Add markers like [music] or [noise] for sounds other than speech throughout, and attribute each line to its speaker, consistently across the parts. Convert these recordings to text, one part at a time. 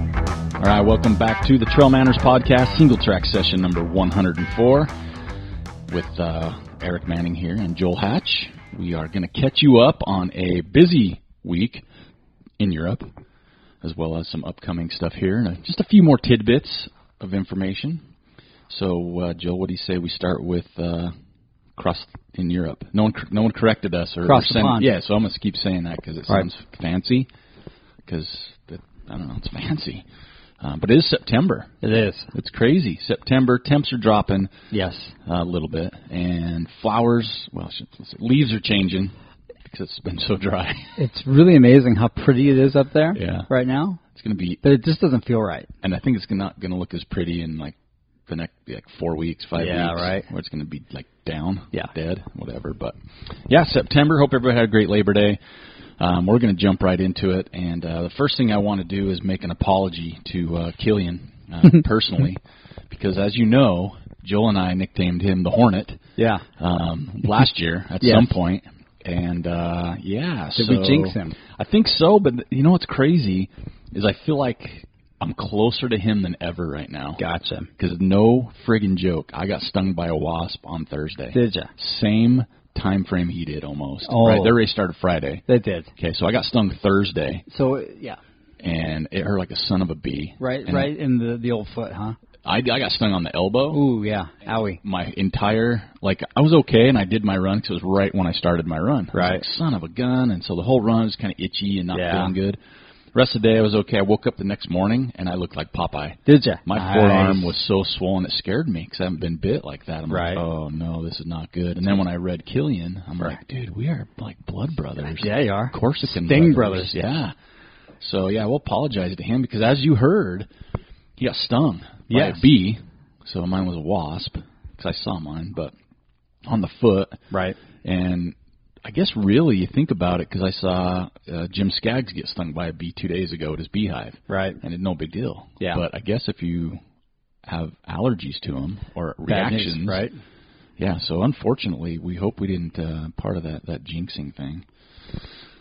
Speaker 1: All right, welcome back to the Trail Manners Podcast, single track session number 104 with uh, Eric Manning here and Joel Hatch. We are going to catch you up on a busy week in Europe, as well as some upcoming stuff here, and uh, just a few more tidbits of information. So, uh, Joel, what do you say we start with uh, cross in Europe? No one, cor- no one corrected us or
Speaker 2: Across the
Speaker 1: saying-
Speaker 2: pond.
Speaker 1: Yeah, so I'm going to keep saying that because it
Speaker 2: Right.
Speaker 1: sounds fancy. Because I don't know, it's fancy, um, but it is September.
Speaker 2: It is.
Speaker 1: It's crazy. September temps are dropping
Speaker 2: Yes.
Speaker 1: a little bit, and flowers. Well, I should- let's say leaves are changing because it's been so dry. [laughs]
Speaker 2: It's really amazing how pretty it is up there
Speaker 1: Yeah.
Speaker 2: right now,
Speaker 1: It's going to be,
Speaker 2: but it just doesn't feel right.
Speaker 1: and I think it's not going to look as pretty in like the next like four weeks, five
Speaker 2: Yeah,
Speaker 1: weeks,
Speaker 2: right.
Speaker 1: Where it's going to be like down,
Speaker 2: Yeah.
Speaker 1: dead, whatever. But yeah, September. Hope everybody had a great Labor Day. Um, we're going to jump right into it, and uh, the first thing I want to do is make an apology to uh, Killian uh,
Speaker 2: [laughs]
Speaker 1: personally, because as you know, Joel and I nicknamed him the Hornet.
Speaker 2: Yeah.
Speaker 1: um, last year at
Speaker 2: [laughs] Yes.
Speaker 1: some point, and uh, yeah,
Speaker 2: Did
Speaker 1: so
Speaker 2: we jinx him?
Speaker 1: I think so, but you know what's crazy is I feel like I'm closer to him than ever right now.
Speaker 2: Gotcha.
Speaker 1: Because no friggin' joke, I got stung by a wasp on Thursday.
Speaker 2: Did ya?
Speaker 1: Same time frame he did almost.
Speaker 2: Oh.
Speaker 1: Right, their race started Friday.
Speaker 2: They did.
Speaker 1: Okay, so I got stung Thursday,
Speaker 2: So yeah,
Speaker 1: and it hurt like a son of a bee.
Speaker 2: right,
Speaker 1: And
Speaker 2: right in the the old foot, huh?
Speaker 1: I, I got stung on the elbow.
Speaker 2: Ooh yeah, owie.
Speaker 1: my entire like I was okay and I did my run 'cause it was right when I started my run. I was
Speaker 2: Right.
Speaker 1: like, son of a gun, and so the whole run was kind of itchy and not
Speaker 2: Yeah.
Speaker 1: feeling good. Rest of the day I was okay. I woke up the next morning and I looked like Popeye.
Speaker 2: Did ya?
Speaker 1: My
Speaker 2: Nice.
Speaker 1: forearm was so swollen it scared me 'cause I haven't been bit like that. I'm like,
Speaker 2: Right.
Speaker 1: oh no, this is not good. And then when I read Killian, I'm like, dude, we are like blood brothers.
Speaker 2: Yeah, you are.
Speaker 1: Corsican
Speaker 2: Sting
Speaker 1: brothers.
Speaker 2: Brothers.
Speaker 1: Yeah. So yeah, we'll apologize to him because as you heard, he got stung by
Speaker 2: Yes.
Speaker 1: a bee. So mine was a wasp because I saw mine, but on the foot.
Speaker 2: Right.
Speaker 1: And I guess really you think about it because I saw uh, Jim Skaggs get stung by a bee two days ago at his beehive,
Speaker 2: Right.
Speaker 1: and it's no big deal.
Speaker 2: Yeah.
Speaker 1: But I guess if you have allergies to them or
Speaker 2: Bad news,
Speaker 1: reactions,
Speaker 2: right?
Speaker 1: yeah, so unfortunately, we hope we didn't uh, part of that that jinxing thing.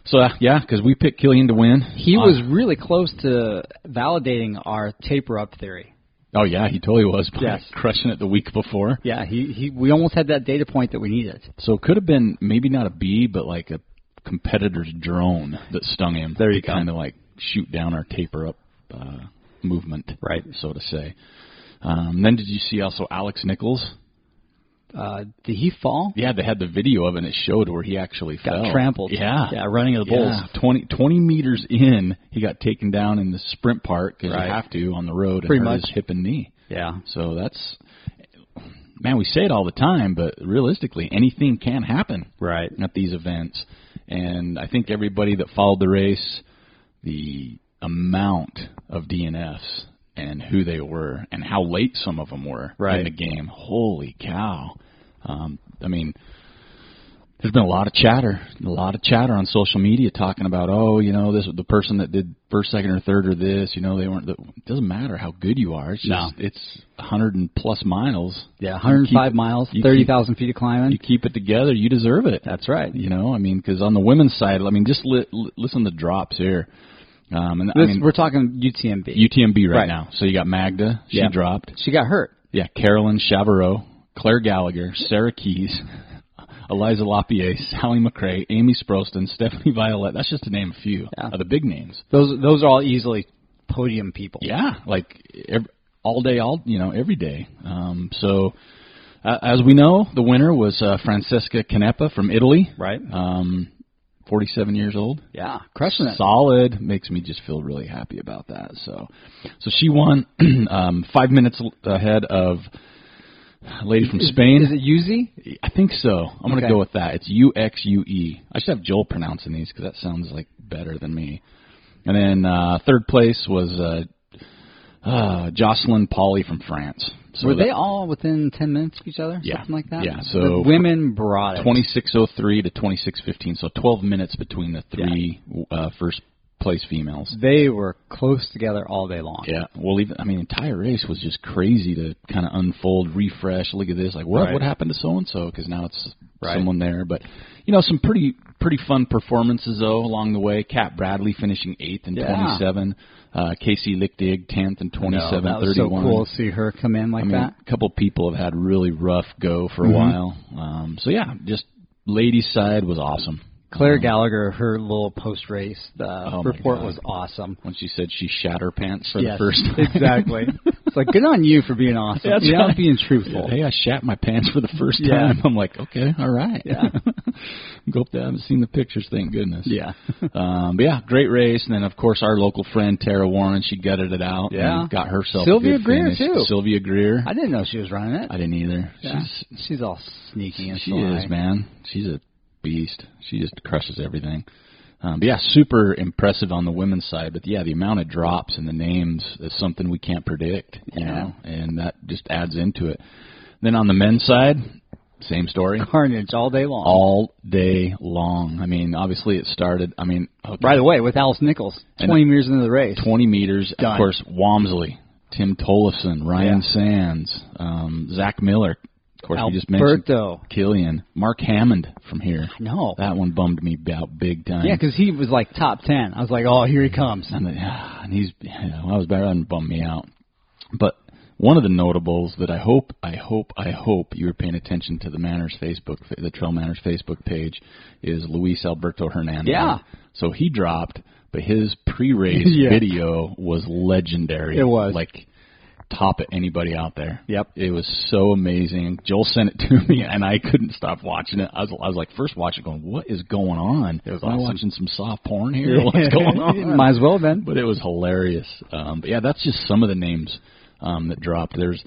Speaker 1: So uh, yeah, because we picked Killian to win.
Speaker 2: He
Speaker 1: Uh,
Speaker 2: was really close to validating our taper up theory.
Speaker 1: Oh yeah, he totally was. By
Speaker 2: Yes.
Speaker 1: [laughs] crushing it the week before.
Speaker 2: Yeah, he, he we almost had that data point that we needed.
Speaker 1: So it could have been maybe not a bee, but like a competitor's drone that stung him.
Speaker 2: There you
Speaker 1: to
Speaker 2: go.
Speaker 1: Kind of like shoot down our taper up uh, movement,
Speaker 2: Right.
Speaker 1: so to say. Um, then did you see also Alex Nichols?
Speaker 2: Uh, did he fall?
Speaker 1: Yeah, they had the video of it. and It showed where he actually
Speaker 2: Got
Speaker 1: fell.
Speaker 2: trampled.
Speaker 1: Yeah,
Speaker 2: Yeah, running of the bulls.
Speaker 1: Yeah, 20, 20 meters in, he got taken down in the sprint part because
Speaker 2: Right.
Speaker 1: you have to on the road and
Speaker 2: Pretty
Speaker 1: hurt
Speaker 2: much.
Speaker 1: his hip and knee.
Speaker 2: Yeah.
Speaker 1: So that's man, we say it all the time, but realistically, anything can happen
Speaker 2: Right.
Speaker 1: at these events. And I think everybody that followed the race, the amount of DNFs and who they were and how late some of them were in
Speaker 2: Right.
Speaker 1: the game. Holy cow! Um, I mean, there's been a lot of chatter, a lot of chatter on social media talking about, oh, you know, this the person that did first, second, or third, or this, you know, they weren't. The, it doesn't matter how good you are. It's
Speaker 2: No.
Speaker 1: just it's 100 and plus miles.
Speaker 2: Yeah,
Speaker 1: You
Speaker 2: 105
Speaker 1: keep-
Speaker 2: miles,
Speaker 1: you keep-
Speaker 2: 30,000 feet of climbing.
Speaker 1: You keep it together, you deserve it.
Speaker 2: That's right.
Speaker 1: You know, I mean, because on the women's side, I mean, just li- li- listen to the drops here. Um, and I
Speaker 2: This,
Speaker 1: mean,
Speaker 2: we're talking UTMB.
Speaker 1: UTMB right,
Speaker 2: Right.
Speaker 1: now. So you got Magda, she
Speaker 2: Yeah.
Speaker 1: dropped.
Speaker 2: she got hurt.
Speaker 1: Yeah, Carolyn Chavarro, Claire Gallagher, Sarah Keys, [laughs] Eliza Lapierre, Sally McRae, Amy Sproston, Stephanie Violet. That's just to name a few
Speaker 2: Yeah.
Speaker 1: of the big names.
Speaker 2: Those those are all easily podium people.
Speaker 1: Yeah, like ev all day, all you know, every day. Um, so, uh, as we know, the winner was uh, Francesca Canepa from Italy.
Speaker 2: Right.
Speaker 1: Um, 47 years old.
Speaker 2: Uh, Yeah, crushing it.
Speaker 1: Solid makes me just feel really happy about that. So, so she won [clears throat] um, five minutes l- ahead of a lady from Spain.
Speaker 2: Is it Yuzi?
Speaker 1: I think so. I'm gonna
Speaker 2: Okay.
Speaker 1: go with that. It's U X U E. I should have Joel pronouncing these because that sounds like better than me. And then uh, third place was uh, uh, Jocelyn Polly from France. So
Speaker 2: Were
Speaker 1: that-
Speaker 2: they all within 10 minutes of each other?
Speaker 1: Yeah.
Speaker 2: Something like that?
Speaker 1: Yeah, so-
Speaker 2: the women brought it.
Speaker 1: 2603 to 2615, so 12 minutes between the three uh, first place females.
Speaker 2: They were close together all day long.
Speaker 1: Yeah. Well, even I mean, the entire race was just crazy to kind of unfold, refresh. Look at this. Like, what
Speaker 2: Right.
Speaker 1: what happened to so and so? Because now it's
Speaker 2: Right.
Speaker 1: someone there. But you know, some pretty pretty fun performances though along the way. Cat Bradley finishing eighth and
Speaker 2: Yeah.
Speaker 1: twenty seven. Uh, Casey Lichtig tenth and twenty
Speaker 2: No,
Speaker 1: seven
Speaker 2: that was
Speaker 1: thirty
Speaker 2: so
Speaker 1: one.
Speaker 2: cool to see her come in like
Speaker 1: I mean,
Speaker 2: that.
Speaker 1: a couple people have had really rough go for a
Speaker 2: Mhm.
Speaker 1: while. Um, so yeah, just ladies' side was awesome.
Speaker 2: Claire
Speaker 1: Um,
Speaker 2: Gallagher, her little post race the
Speaker 1: Oh my
Speaker 2: report
Speaker 1: God.
Speaker 2: was awesome.
Speaker 1: When she said she shat her pants for
Speaker 2: Yes,
Speaker 1: the first [laughs] time.
Speaker 2: exactly. It's like good on you for being awesome.
Speaker 1: That's
Speaker 2: yeah,
Speaker 1: right.
Speaker 2: being truthful.
Speaker 1: Hey, I shat my pants for the first
Speaker 2: Yeah.
Speaker 1: time. I'm like, okay, all right.
Speaker 2: Yeah.
Speaker 1: [laughs] Go up there. I haven't seen the pictures. Thank goodness.
Speaker 2: Yeah.
Speaker 1: [laughs] Um, but yeah, great race. And then of course our local friend Tara Warren, she gutted it out.
Speaker 2: Yeah.
Speaker 1: And got herself
Speaker 2: Sylvia
Speaker 1: a good
Speaker 2: Greer,
Speaker 1: finish.
Speaker 2: too.
Speaker 1: Sylvia Greer.
Speaker 2: I didn't know she was running it.
Speaker 1: I didn't either.
Speaker 2: Yeah.
Speaker 1: She's
Speaker 2: She's all sneaky and
Speaker 1: she
Speaker 2: sly.
Speaker 1: is, man. She's a beast. She just crushes everything. Um, but yeah, super impressive on the women's side. But yeah, the amount of drops and the names is something we can't predict. You
Speaker 2: Yeah.
Speaker 1: know, and that just adds into it. Then on the men's side, same story.
Speaker 2: Carnage all day long.
Speaker 1: All day long. I mean, obviously it started. I mean, okay,
Speaker 2: By the way, with Alice Nichols,
Speaker 1: And-
Speaker 2: 20 meters into the race.
Speaker 1: 20 meters. Of
Speaker 2: Done.
Speaker 1: course, Walmsley, Tim Tolleson, Ryan
Speaker 2: Yeah.
Speaker 1: Sands, um, Zach Miller. Of course, we just mentioned
Speaker 2: Alberto.
Speaker 1: Killian, Mark Hammond from here.
Speaker 2: No.
Speaker 1: That one bummed me out big time.
Speaker 2: Yeah, because he was like top 10. I was like, oh, here he comes.
Speaker 1: and, then, ah, and he's you know, I was better than bummed me out. But one of the notables that I hope, I hope, I hope you were paying attention to the Manners Facebook, the Trail Manners Facebook page, is Luis Alberto Hernandez.
Speaker 2: Yeah.
Speaker 1: So he dropped, but his pre-race
Speaker 2: [laughs] Yeah.
Speaker 1: video was legendary.
Speaker 2: It was.
Speaker 1: like top at anybody out there.
Speaker 2: Yep.
Speaker 1: It was so amazing. Joel sent it to [laughs] me, and I couldn't stop watching it. I was, I was like, first watch it, going, what is going on?
Speaker 2: It was
Speaker 1: Am I
Speaker 2: awesome.
Speaker 1: watching some soft porn here? [laughs]
Speaker 2: [laughs]
Speaker 1: What's going on?
Speaker 2: Might as well then.
Speaker 1: but it was hilarious. Um, but yeah, that's just some of the names um, that dropped. There's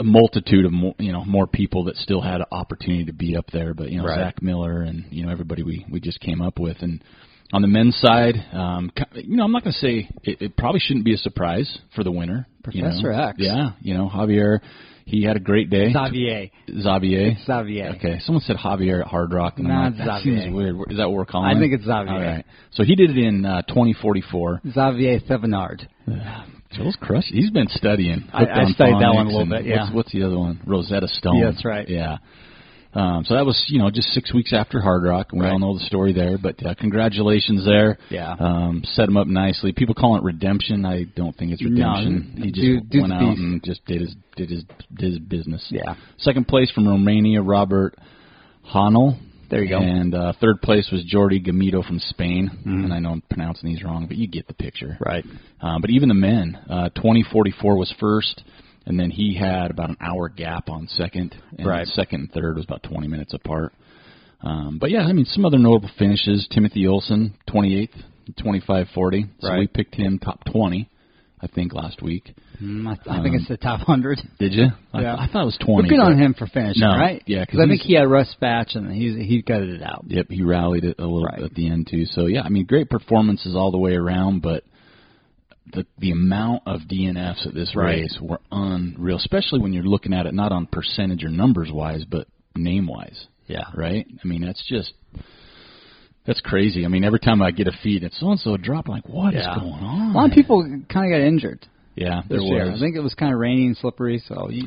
Speaker 1: a multitude of more, you know more people that still had an opportunity to be up there, but you know
Speaker 2: Right.
Speaker 1: Zach Miller and you know everybody we we just came up with. And on the men's side, um, ki- you know I'm not going to say it, it probably shouldn't be a surprise for the winner. you know.
Speaker 2: Professor X.
Speaker 1: Yeah, you know Javier, he had a great day.
Speaker 2: Xavier.
Speaker 1: Xavier.
Speaker 2: Xavier.
Speaker 1: Okay, someone said Javier at Hard Rock, and
Speaker 2: Nah,
Speaker 1: I'm like, that
Speaker 2: Xavier.
Speaker 1: seems weird. Is that what we're calling?
Speaker 2: I
Speaker 1: it?
Speaker 2: think it's Xavier.
Speaker 1: All right. So he did it in uh, 2044.
Speaker 2: Xavier Thevenard.
Speaker 1: [sighs] Joel's crushed. He's been studying.
Speaker 2: I-
Speaker 1: Hooked
Speaker 2: I
Speaker 1: on
Speaker 2: studied that
Speaker 1: phonics
Speaker 2: one a little
Speaker 1: and
Speaker 2: bit, yeah.
Speaker 1: What's, what's the other one? Rosetta Stone.
Speaker 2: Yeah, that's right.
Speaker 1: Yeah. Um, so that was, you know, just six weeks after Hard Rock. We
Speaker 2: Right.
Speaker 1: all know the story there, but uh, congratulations there.
Speaker 2: Yeah.
Speaker 1: Um, set him up nicely. People call it redemption. I don't think it's
Speaker 2: No,
Speaker 1: redemption. he just
Speaker 2: dude- dude's
Speaker 1: went
Speaker 2: a
Speaker 1: out
Speaker 2: beast.
Speaker 1: and just did his did his did his business.
Speaker 2: Yeah.
Speaker 1: Second place from Romania, Robert Hanel.
Speaker 2: There you go. Mm-hmm.
Speaker 1: And uh, third place was Jordi Gamito from Spain. And I know I'm pronouncing these wrong, but you get the picture.
Speaker 2: Right.
Speaker 1: Um, but even the men, uh, 2044 was first, and then he had about an hour gap on second. And
Speaker 2: Right.
Speaker 1: Second and third was about 20 minutes apart. Um, but yeah, I mean, some other notable finishes: Timothy Olson, 28th, 2540. So
Speaker 2: Right.
Speaker 1: we picked him top 20, I think, last week.
Speaker 2: Mm, I, th-
Speaker 1: Um,
Speaker 2: I think it's the top 100.
Speaker 1: Did you? I,
Speaker 2: Yeah.
Speaker 1: I thought it was 20.
Speaker 2: But good
Speaker 1: but-
Speaker 2: on him for finishing,
Speaker 1: No,
Speaker 2: right?
Speaker 1: yeah, 'cause
Speaker 2: because I think
Speaker 1: he's-
Speaker 2: he had Russ Batch and he's, he gutted it out.
Speaker 1: Yep, he rallied it a little
Speaker 2: Right.
Speaker 1: at the end too. So yeah, I mean, great performances all the way around, but the the amount of DNFs at this
Speaker 2: Right.
Speaker 1: race were unreal, especially when you're looking at it not on percentage or numbers wise, but name wise,
Speaker 2: Yeah.
Speaker 1: right? I mean, that's just that's crazy. I mean, every time I get a feed, it's so and so dropped. Like, what is
Speaker 2: Yeah.
Speaker 1: going on?
Speaker 2: A lot of people kind of got injured
Speaker 1: Yeah, there
Speaker 2: this year. I
Speaker 1: was.
Speaker 2: think it was kind of rainy and slippery, so you,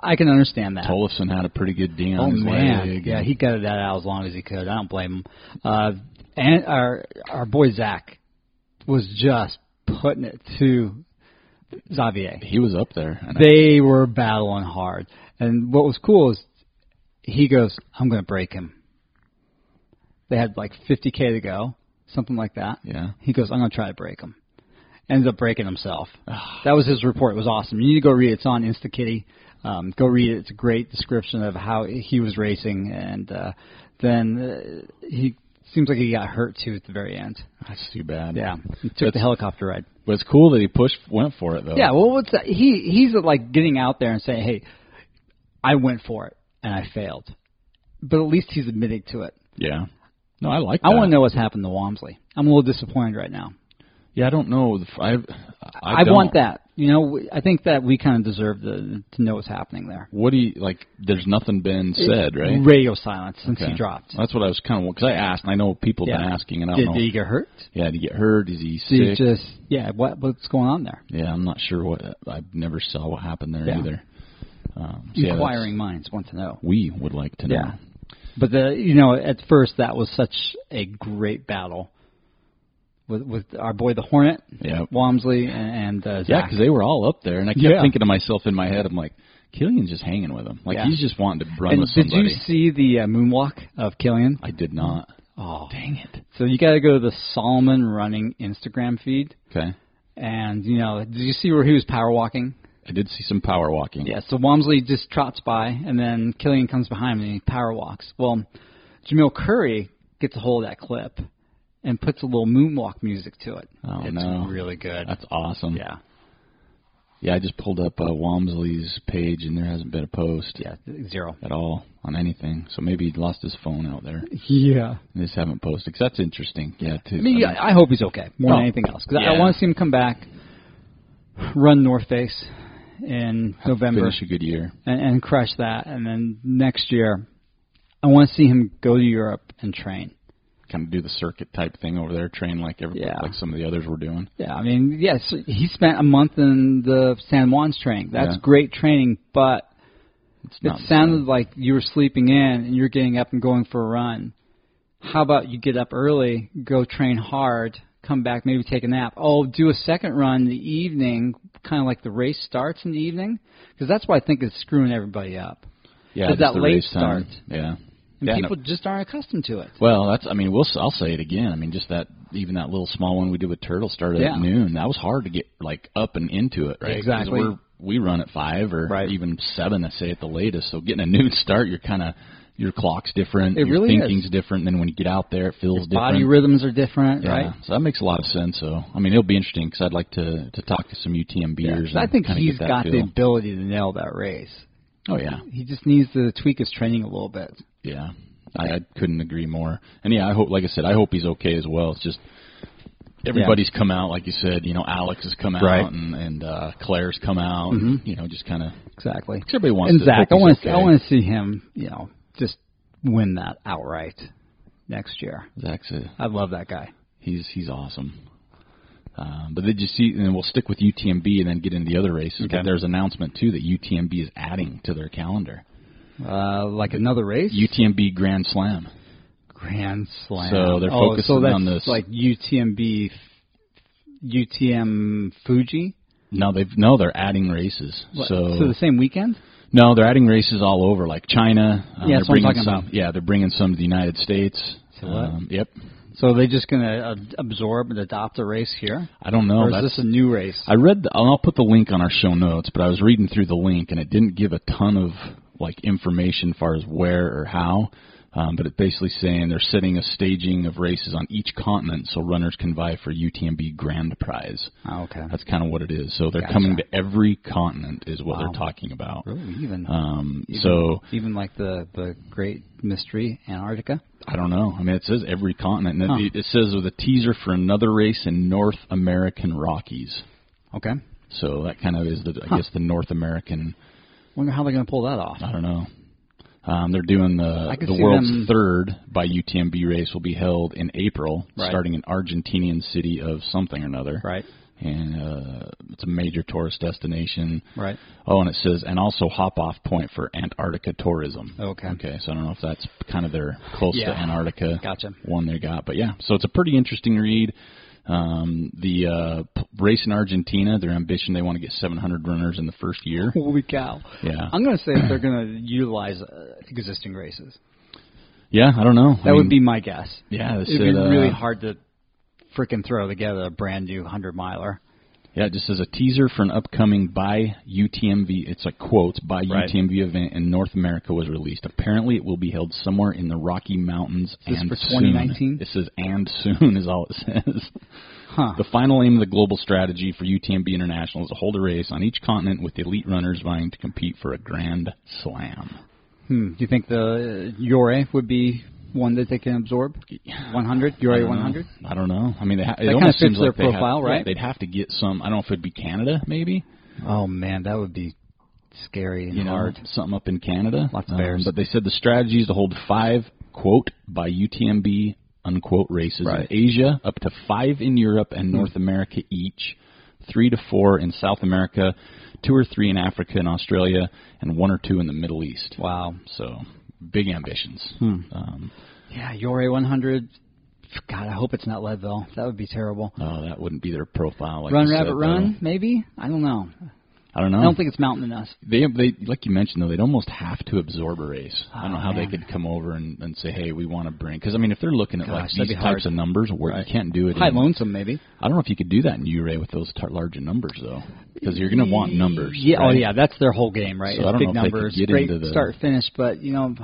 Speaker 2: I can understand that.
Speaker 1: Tolleson had a pretty good D on
Speaker 2: oh
Speaker 1: his
Speaker 2: man,
Speaker 1: leg.
Speaker 2: yeah, he gutted that out as long as he could. I don't blame him. Uh, and our our boy Zach was just putting it to Xavier.
Speaker 1: he was up there. And I-
Speaker 2: They were battling hard, and what was cool is he goes, "I'm going to break him." They had like 50k to go, something like that.
Speaker 1: yeah,
Speaker 2: He goes, I'm going to try to break him. Ends up breaking himself.
Speaker 1: Ah,
Speaker 2: that was his report. It was awesome. You need to go read it. It's on InstaKitty. Um, go read it. It's a great description of how he was racing. And uh, then uh, he seems like he got hurt too at the very end.
Speaker 1: that's too bad.
Speaker 2: Yeah. He took
Speaker 1: That's-
Speaker 2: the helicopter ride.
Speaker 1: but it's cool that he pushed, went for it though.
Speaker 2: Yeah. Well, what's that? He, he's like getting out there and saying, hey, I went for it and I failed. But at least he's admitting to it.
Speaker 1: Yeah. No, I like that.
Speaker 2: I want to know what's happened to Walmsley. I'm a little disappointed right now.
Speaker 1: Yeah, I don't know. The f- I I,
Speaker 2: I,
Speaker 1: don't.
Speaker 2: want that. You know, we- I think that we kind of deserve to, to know what's happening there.
Speaker 1: What do you like? There's nothing been said, right?
Speaker 2: Radio silence since
Speaker 1: Okay.
Speaker 2: he dropped.
Speaker 1: That's what I was kind of because I asked, and I know people have been
Speaker 2: Yeah.
Speaker 1: asking, and I
Speaker 2: Did,
Speaker 1: don't
Speaker 2: did
Speaker 1: know.
Speaker 2: he get hurt?
Speaker 1: yeah, did he get hurt? Is he
Speaker 2: Did he
Speaker 1: sick?
Speaker 2: just yeah? What what's going on there?
Speaker 1: yeah, I'm not sure what. I never saw what happened there
Speaker 2: Yeah.
Speaker 1: either. Um, so yeah, that's-
Speaker 2: Inquiring minds want to know.
Speaker 1: we would like to know.
Speaker 2: Yeah. But the you know at first that was such a great battle with with our boy the Hornet,
Speaker 1: Yep.
Speaker 2: Walmsley and, and uh,
Speaker 1: Yeah,
Speaker 2: Zach.
Speaker 1: because they were all up there, and I kept
Speaker 2: Yeah.
Speaker 1: thinking to myself in my head, I'm like, Killian's just hanging with him. Like
Speaker 2: Yeah.
Speaker 1: he's just wanting to run
Speaker 2: and
Speaker 1: with
Speaker 2: did
Speaker 1: somebody.
Speaker 2: you see the uh, moonwalk of Killian?
Speaker 1: I did not.
Speaker 2: Oh,
Speaker 1: Dang it.
Speaker 2: so you got to go to the Solomon Running Instagram feed,
Speaker 1: Okay.
Speaker 2: and you know, did you see where he was power walking?
Speaker 1: I did see some power walking.
Speaker 2: Yeah, so Walmsley just trots by, and then Killian comes behind him and he power walks. Well, Jamil Curry gets a hold of that clip and puts a little moonwalk music to it.
Speaker 1: Oh,
Speaker 2: it's
Speaker 1: no.
Speaker 2: really good.
Speaker 1: That's awesome.
Speaker 2: yeah,
Speaker 1: Yeah, I just pulled up uh, Walmsley's page, and there hasn't been a post
Speaker 2: yeah, zero.
Speaker 1: at all on anything. So maybe he lost his phone out there
Speaker 2: Yeah.
Speaker 1: and just haven't posted. 'cause that's interesting. Yeah, too.
Speaker 2: I mean,
Speaker 1: I mean,
Speaker 2: I I hope he's okay more
Speaker 1: Oh,
Speaker 2: than anything else because I,
Speaker 1: yeah.
Speaker 2: I want to see him come back, run North Face in November,
Speaker 1: finish a good year.
Speaker 2: and, and crush that, and then next year, I want to see him go to Europe and train.
Speaker 1: Kind of do the circuit type thing over there, train like every,
Speaker 2: Yeah.
Speaker 1: like some of the others were doing.
Speaker 2: Yeah, I mean, yes, he spent a month in the San Juan's training. That's
Speaker 1: Yeah.
Speaker 2: great training, but
Speaker 1: It's
Speaker 2: it
Speaker 1: not the
Speaker 2: sounded
Speaker 1: same.
Speaker 2: like you were sleeping in and you're getting up and going for a run. How about you get up early, go train hard, come back, maybe take a nap. Oh, do a second run in the evening, kind of like the race starts in the evening, because that's why I think it's screwing everybody up.
Speaker 1: yeah,
Speaker 2: it's
Speaker 1: just
Speaker 2: that
Speaker 1: the
Speaker 2: late
Speaker 1: race time.
Speaker 2: start.
Speaker 1: Yeah.
Speaker 2: And
Speaker 1: Yeah, no.
Speaker 2: people just aren't accustomed to it.
Speaker 1: Well, that's. I mean, we'll. I'll say it again. I mean, just that. Even that little small one we did with Turtle started
Speaker 2: Yeah.
Speaker 1: at noon. That was hard to get like up and into it, right? 'Cause
Speaker 2: Exactly.
Speaker 1: We're, we run at five or
Speaker 2: Right.
Speaker 1: even seven, I say at the latest. So getting a noon start, you're kind of your clock's different.
Speaker 2: It
Speaker 1: your
Speaker 2: really is.
Speaker 1: thinking's different. And then when you get out there, it feels different.
Speaker 2: Body rhythms are different,
Speaker 1: yeah.
Speaker 2: right?
Speaker 1: So that makes a lot of sense. So I mean, it'll be interesting because I'd like to to talk to some UTMBers. and
Speaker 2: So I think
Speaker 1: kinda
Speaker 2: he's
Speaker 1: get that
Speaker 2: got the
Speaker 1: feel.
Speaker 2: ability to nail that race.
Speaker 1: Oh yeah.
Speaker 2: He just needs to tweak his training a little bit.
Speaker 1: Yeah, I, I couldn't agree more. And yeah, I hope, like I said, I hope he's okay as well. It's just everybody's come out, like you said. You know, Alex has come out,
Speaker 2: Right.
Speaker 1: and and uh, Claire's come out.
Speaker 2: Mhm.
Speaker 1: You know, just kind of
Speaker 2: Exactly.
Speaker 1: everybody wants.
Speaker 2: And
Speaker 1: to
Speaker 2: Zach,
Speaker 1: hope
Speaker 2: I
Speaker 1: he's
Speaker 2: want
Speaker 1: okay.
Speaker 2: to I want to see him, you know, just win that outright next year.
Speaker 1: Zach's a,
Speaker 2: I love that guy.
Speaker 1: he's he's awesome. Um, but did you see? And we'll stick with UTMB and then get into the other races.
Speaker 2: Okay.
Speaker 1: But there's announcement too that UTMB is adding to their calendar
Speaker 2: Uh, like another race,
Speaker 1: UTMB Grand Slam.
Speaker 2: Grand Slam.
Speaker 1: So they're
Speaker 2: oh, so
Speaker 1: focusing
Speaker 2: that's
Speaker 1: on this-
Speaker 2: like UTMB, UTM Fuji.
Speaker 1: No, they've no, they're adding races.
Speaker 2: What,
Speaker 1: So
Speaker 2: the same weekend.
Speaker 1: No, they're adding races all over, like China. Um,
Speaker 2: Yeah,
Speaker 1: they're
Speaker 2: that's what I'm
Speaker 1: bringing
Speaker 2: talking
Speaker 1: some,
Speaker 2: about.
Speaker 1: Yeah, they're bringing some to the United States.
Speaker 2: So what?
Speaker 1: Um, yep.
Speaker 2: So are they just gonna uh, absorb and adopt a race here,
Speaker 1: I don't know.
Speaker 2: or is
Speaker 1: Oh, That's,
Speaker 2: this a new race?
Speaker 1: I read. The, I'll put the link on our show notes, but I was reading through the link and it didn't give a ton of like information as far as where or how. Um, but it's basically saying they're setting a staging of races on each continent so runners can vie for UTMB grand prize.
Speaker 2: oh, okay.
Speaker 1: That's kind of what it is. So they're
Speaker 2: Gotcha.
Speaker 1: coming to every continent is what
Speaker 2: Wow.
Speaker 1: they're talking about.
Speaker 2: really even.
Speaker 1: Um,
Speaker 2: even-
Speaker 1: so
Speaker 2: even like the the Great Mystery, Antarctica.
Speaker 1: I don't know. I mean, it says every continent. And
Speaker 2: Huh.
Speaker 1: it, it says with a teaser for another race in North American Rockies.
Speaker 2: Okay.
Speaker 1: So that kind of is the, I
Speaker 2: Huh.
Speaker 1: guess, the North American.
Speaker 2: Wonder how they're going to pull that off.
Speaker 1: I don't know. Um, they're doing the
Speaker 2: I could
Speaker 1: the
Speaker 2: see
Speaker 1: world's
Speaker 2: them-
Speaker 1: third by UTMB race will be held in April,
Speaker 2: Right.
Speaker 1: starting in Argentinian city of something or another.
Speaker 2: Right.
Speaker 1: And uh, it's a major tourist destination.
Speaker 2: Right.
Speaker 1: Oh, and it says and also hop off point for Antarctica tourism.
Speaker 2: Okay.
Speaker 1: Okay, so I don't know if that's kind of their close to
Speaker 2: Yeah.
Speaker 1: Antarctica
Speaker 2: Gotcha.
Speaker 1: one they got, but yeah, so it's a pretty interesting read. Um, the uh, p- race in Argentina, their ambition, they want to get 700 runners in the first year.
Speaker 2: Holy cow.
Speaker 1: Yeah,
Speaker 2: I'm going to say that they're going to utilize uh, existing races.
Speaker 1: yeah, I don't know.
Speaker 2: That would be my guess.
Speaker 1: yeah, this
Speaker 2: It'd be
Speaker 1: said, uh,
Speaker 2: really hard to freaking throw together a brand new 100 miler.
Speaker 1: Yeah, just as a teaser for an upcoming by UTMV, it's like quotes by
Speaker 2: Right.
Speaker 1: UTMV event in North America was released. Apparently, it will be held somewhere in the Rocky Mountains.
Speaker 2: Is this
Speaker 1: and
Speaker 2: for
Speaker 1: soon.
Speaker 2: 2019?
Speaker 1: It says and soon is all it says. [laughs]
Speaker 2: Huh.
Speaker 1: The final aim of the global strategy for UTMB International is to hold a race on each continent with elite runners vying to compete for a grand slam.
Speaker 2: hmm. Do you think the uh, Yore would be one that they can absorb? 100 Uri 100.
Speaker 1: I don't know. I mean, they ha- it
Speaker 2: kinda
Speaker 1: almost
Speaker 2: fits
Speaker 1: seems
Speaker 2: their
Speaker 1: like they have-
Speaker 2: profile,
Speaker 1: yeah,
Speaker 2: right?
Speaker 1: They'd have to get some. I don't know if it'd be Canada, maybe.
Speaker 2: Oh man, that would be scary and
Speaker 1: you know,
Speaker 2: hard.
Speaker 1: something up in Canada. Um,
Speaker 2: Lots of bears.
Speaker 1: But they said the strategy is to hold five quote by UTMB unquote races
Speaker 2: Right. Hmm.
Speaker 1: in Asia, up to five in Europe and North America each, three to four in South America, two or three in Africa and Australia, and one or two in the Middle East.
Speaker 2: Wow. Hmm.
Speaker 1: So big ambitions. Um,
Speaker 2: Yeah, Uri 100. God, I hope it's not Leadville. That would be terrible.
Speaker 1: oh, that wouldn't be their profile. Like
Speaker 2: run,
Speaker 1: you said,
Speaker 2: rabbit,
Speaker 1: though.
Speaker 2: run. Maybe I don't know.
Speaker 1: I don't know.
Speaker 2: I don't think it's mountain enough.
Speaker 1: they they like you mentioned though they'd almost have to absorb a race. I don't know
Speaker 2: Oh,
Speaker 1: how
Speaker 2: man.
Speaker 1: they could come over and, and say, hey, we want to bring because I mean if they're looking at like
Speaker 2: Gosh, that'd
Speaker 1: these
Speaker 2: be
Speaker 1: types
Speaker 2: hard.
Speaker 1: of numbers where
Speaker 2: Right.
Speaker 1: you can't do it.
Speaker 2: High
Speaker 1: in-
Speaker 2: lonesome, maybe.
Speaker 1: I don't know if you could do that in Uray with those tar- larger numbers though because you're going to want numbers.
Speaker 2: Yeah.
Speaker 1: right?
Speaker 2: Oh yeah, that's their whole game, right?
Speaker 1: So
Speaker 2: it's
Speaker 1: I don't
Speaker 2: big
Speaker 1: know if they could
Speaker 2: numbers,
Speaker 1: get
Speaker 2: great
Speaker 1: into the-
Speaker 2: start finish, but you know,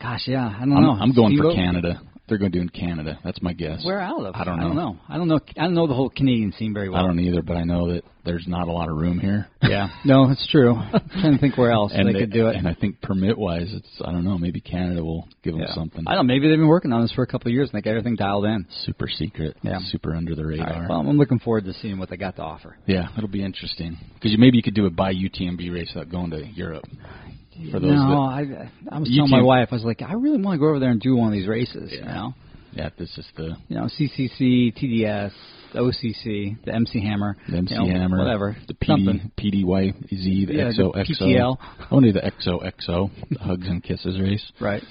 Speaker 2: gosh, yeah, I don't
Speaker 1: I'm,
Speaker 2: know.
Speaker 1: I'm going
Speaker 2: Steamboat?
Speaker 1: for Canada. They're going to do in Canada. That's my guess.
Speaker 2: Where out of?
Speaker 1: I don't
Speaker 2: I don't know. I don't know. I don't know the whole Canadian scene very well.
Speaker 1: I don't either, but I know that there's not a lot of room here.
Speaker 2: [laughs]
Speaker 1: [laughs]
Speaker 2: Yeah. no, it's true. I'm trying to think where else
Speaker 1: and
Speaker 2: they, could do it.
Speaker 1: And I think permit wise, it's I don't know. Maybe Canada will give them
Speaker 2: Yeah.
Speaker 1: something
Speaker 2: I don't. know. Maybe they've been working on this for a couple of years and they got everything dialed in.
Speaker 1: super secret,
Speaker 2: Yeah.
Speaker 1: super under the radar.
Speaker 2: All right. Well, I'm looking forward to seeing what they got to offer.
Speaker 1: Yeah, it'll be interesting because you, maybe you could do a by UTMB race without going to Europe. For those
Speaker 2: no, I. I was
Speaker 1: You
Speaker 2: telling my
Speaker 1: can't-
Speaker 2: wife, I was like, I really want to go over there and do one of these races. You
Speaker 1: Yeah.
Speaker 2: know.
Speaker 1: that yeah, this is the
Speaker 2: you know, CCC, TDS, the OCC, the MC Hammer,
Speaker 1: the MC
Speaker 2: you know,
Speaker 1: Hammer,
Speaker 2: whatever,
Speaker 1: the PD,
Speaker 2: something.
Speaker 1: PDYZ, the
Speaker 2: Yeah, the
Speaker 1: XOXO.
Speaker 2: PTL.
Speaker 1: I want to do the XOXO the hugs and kisses race.
Speaker 2: Right.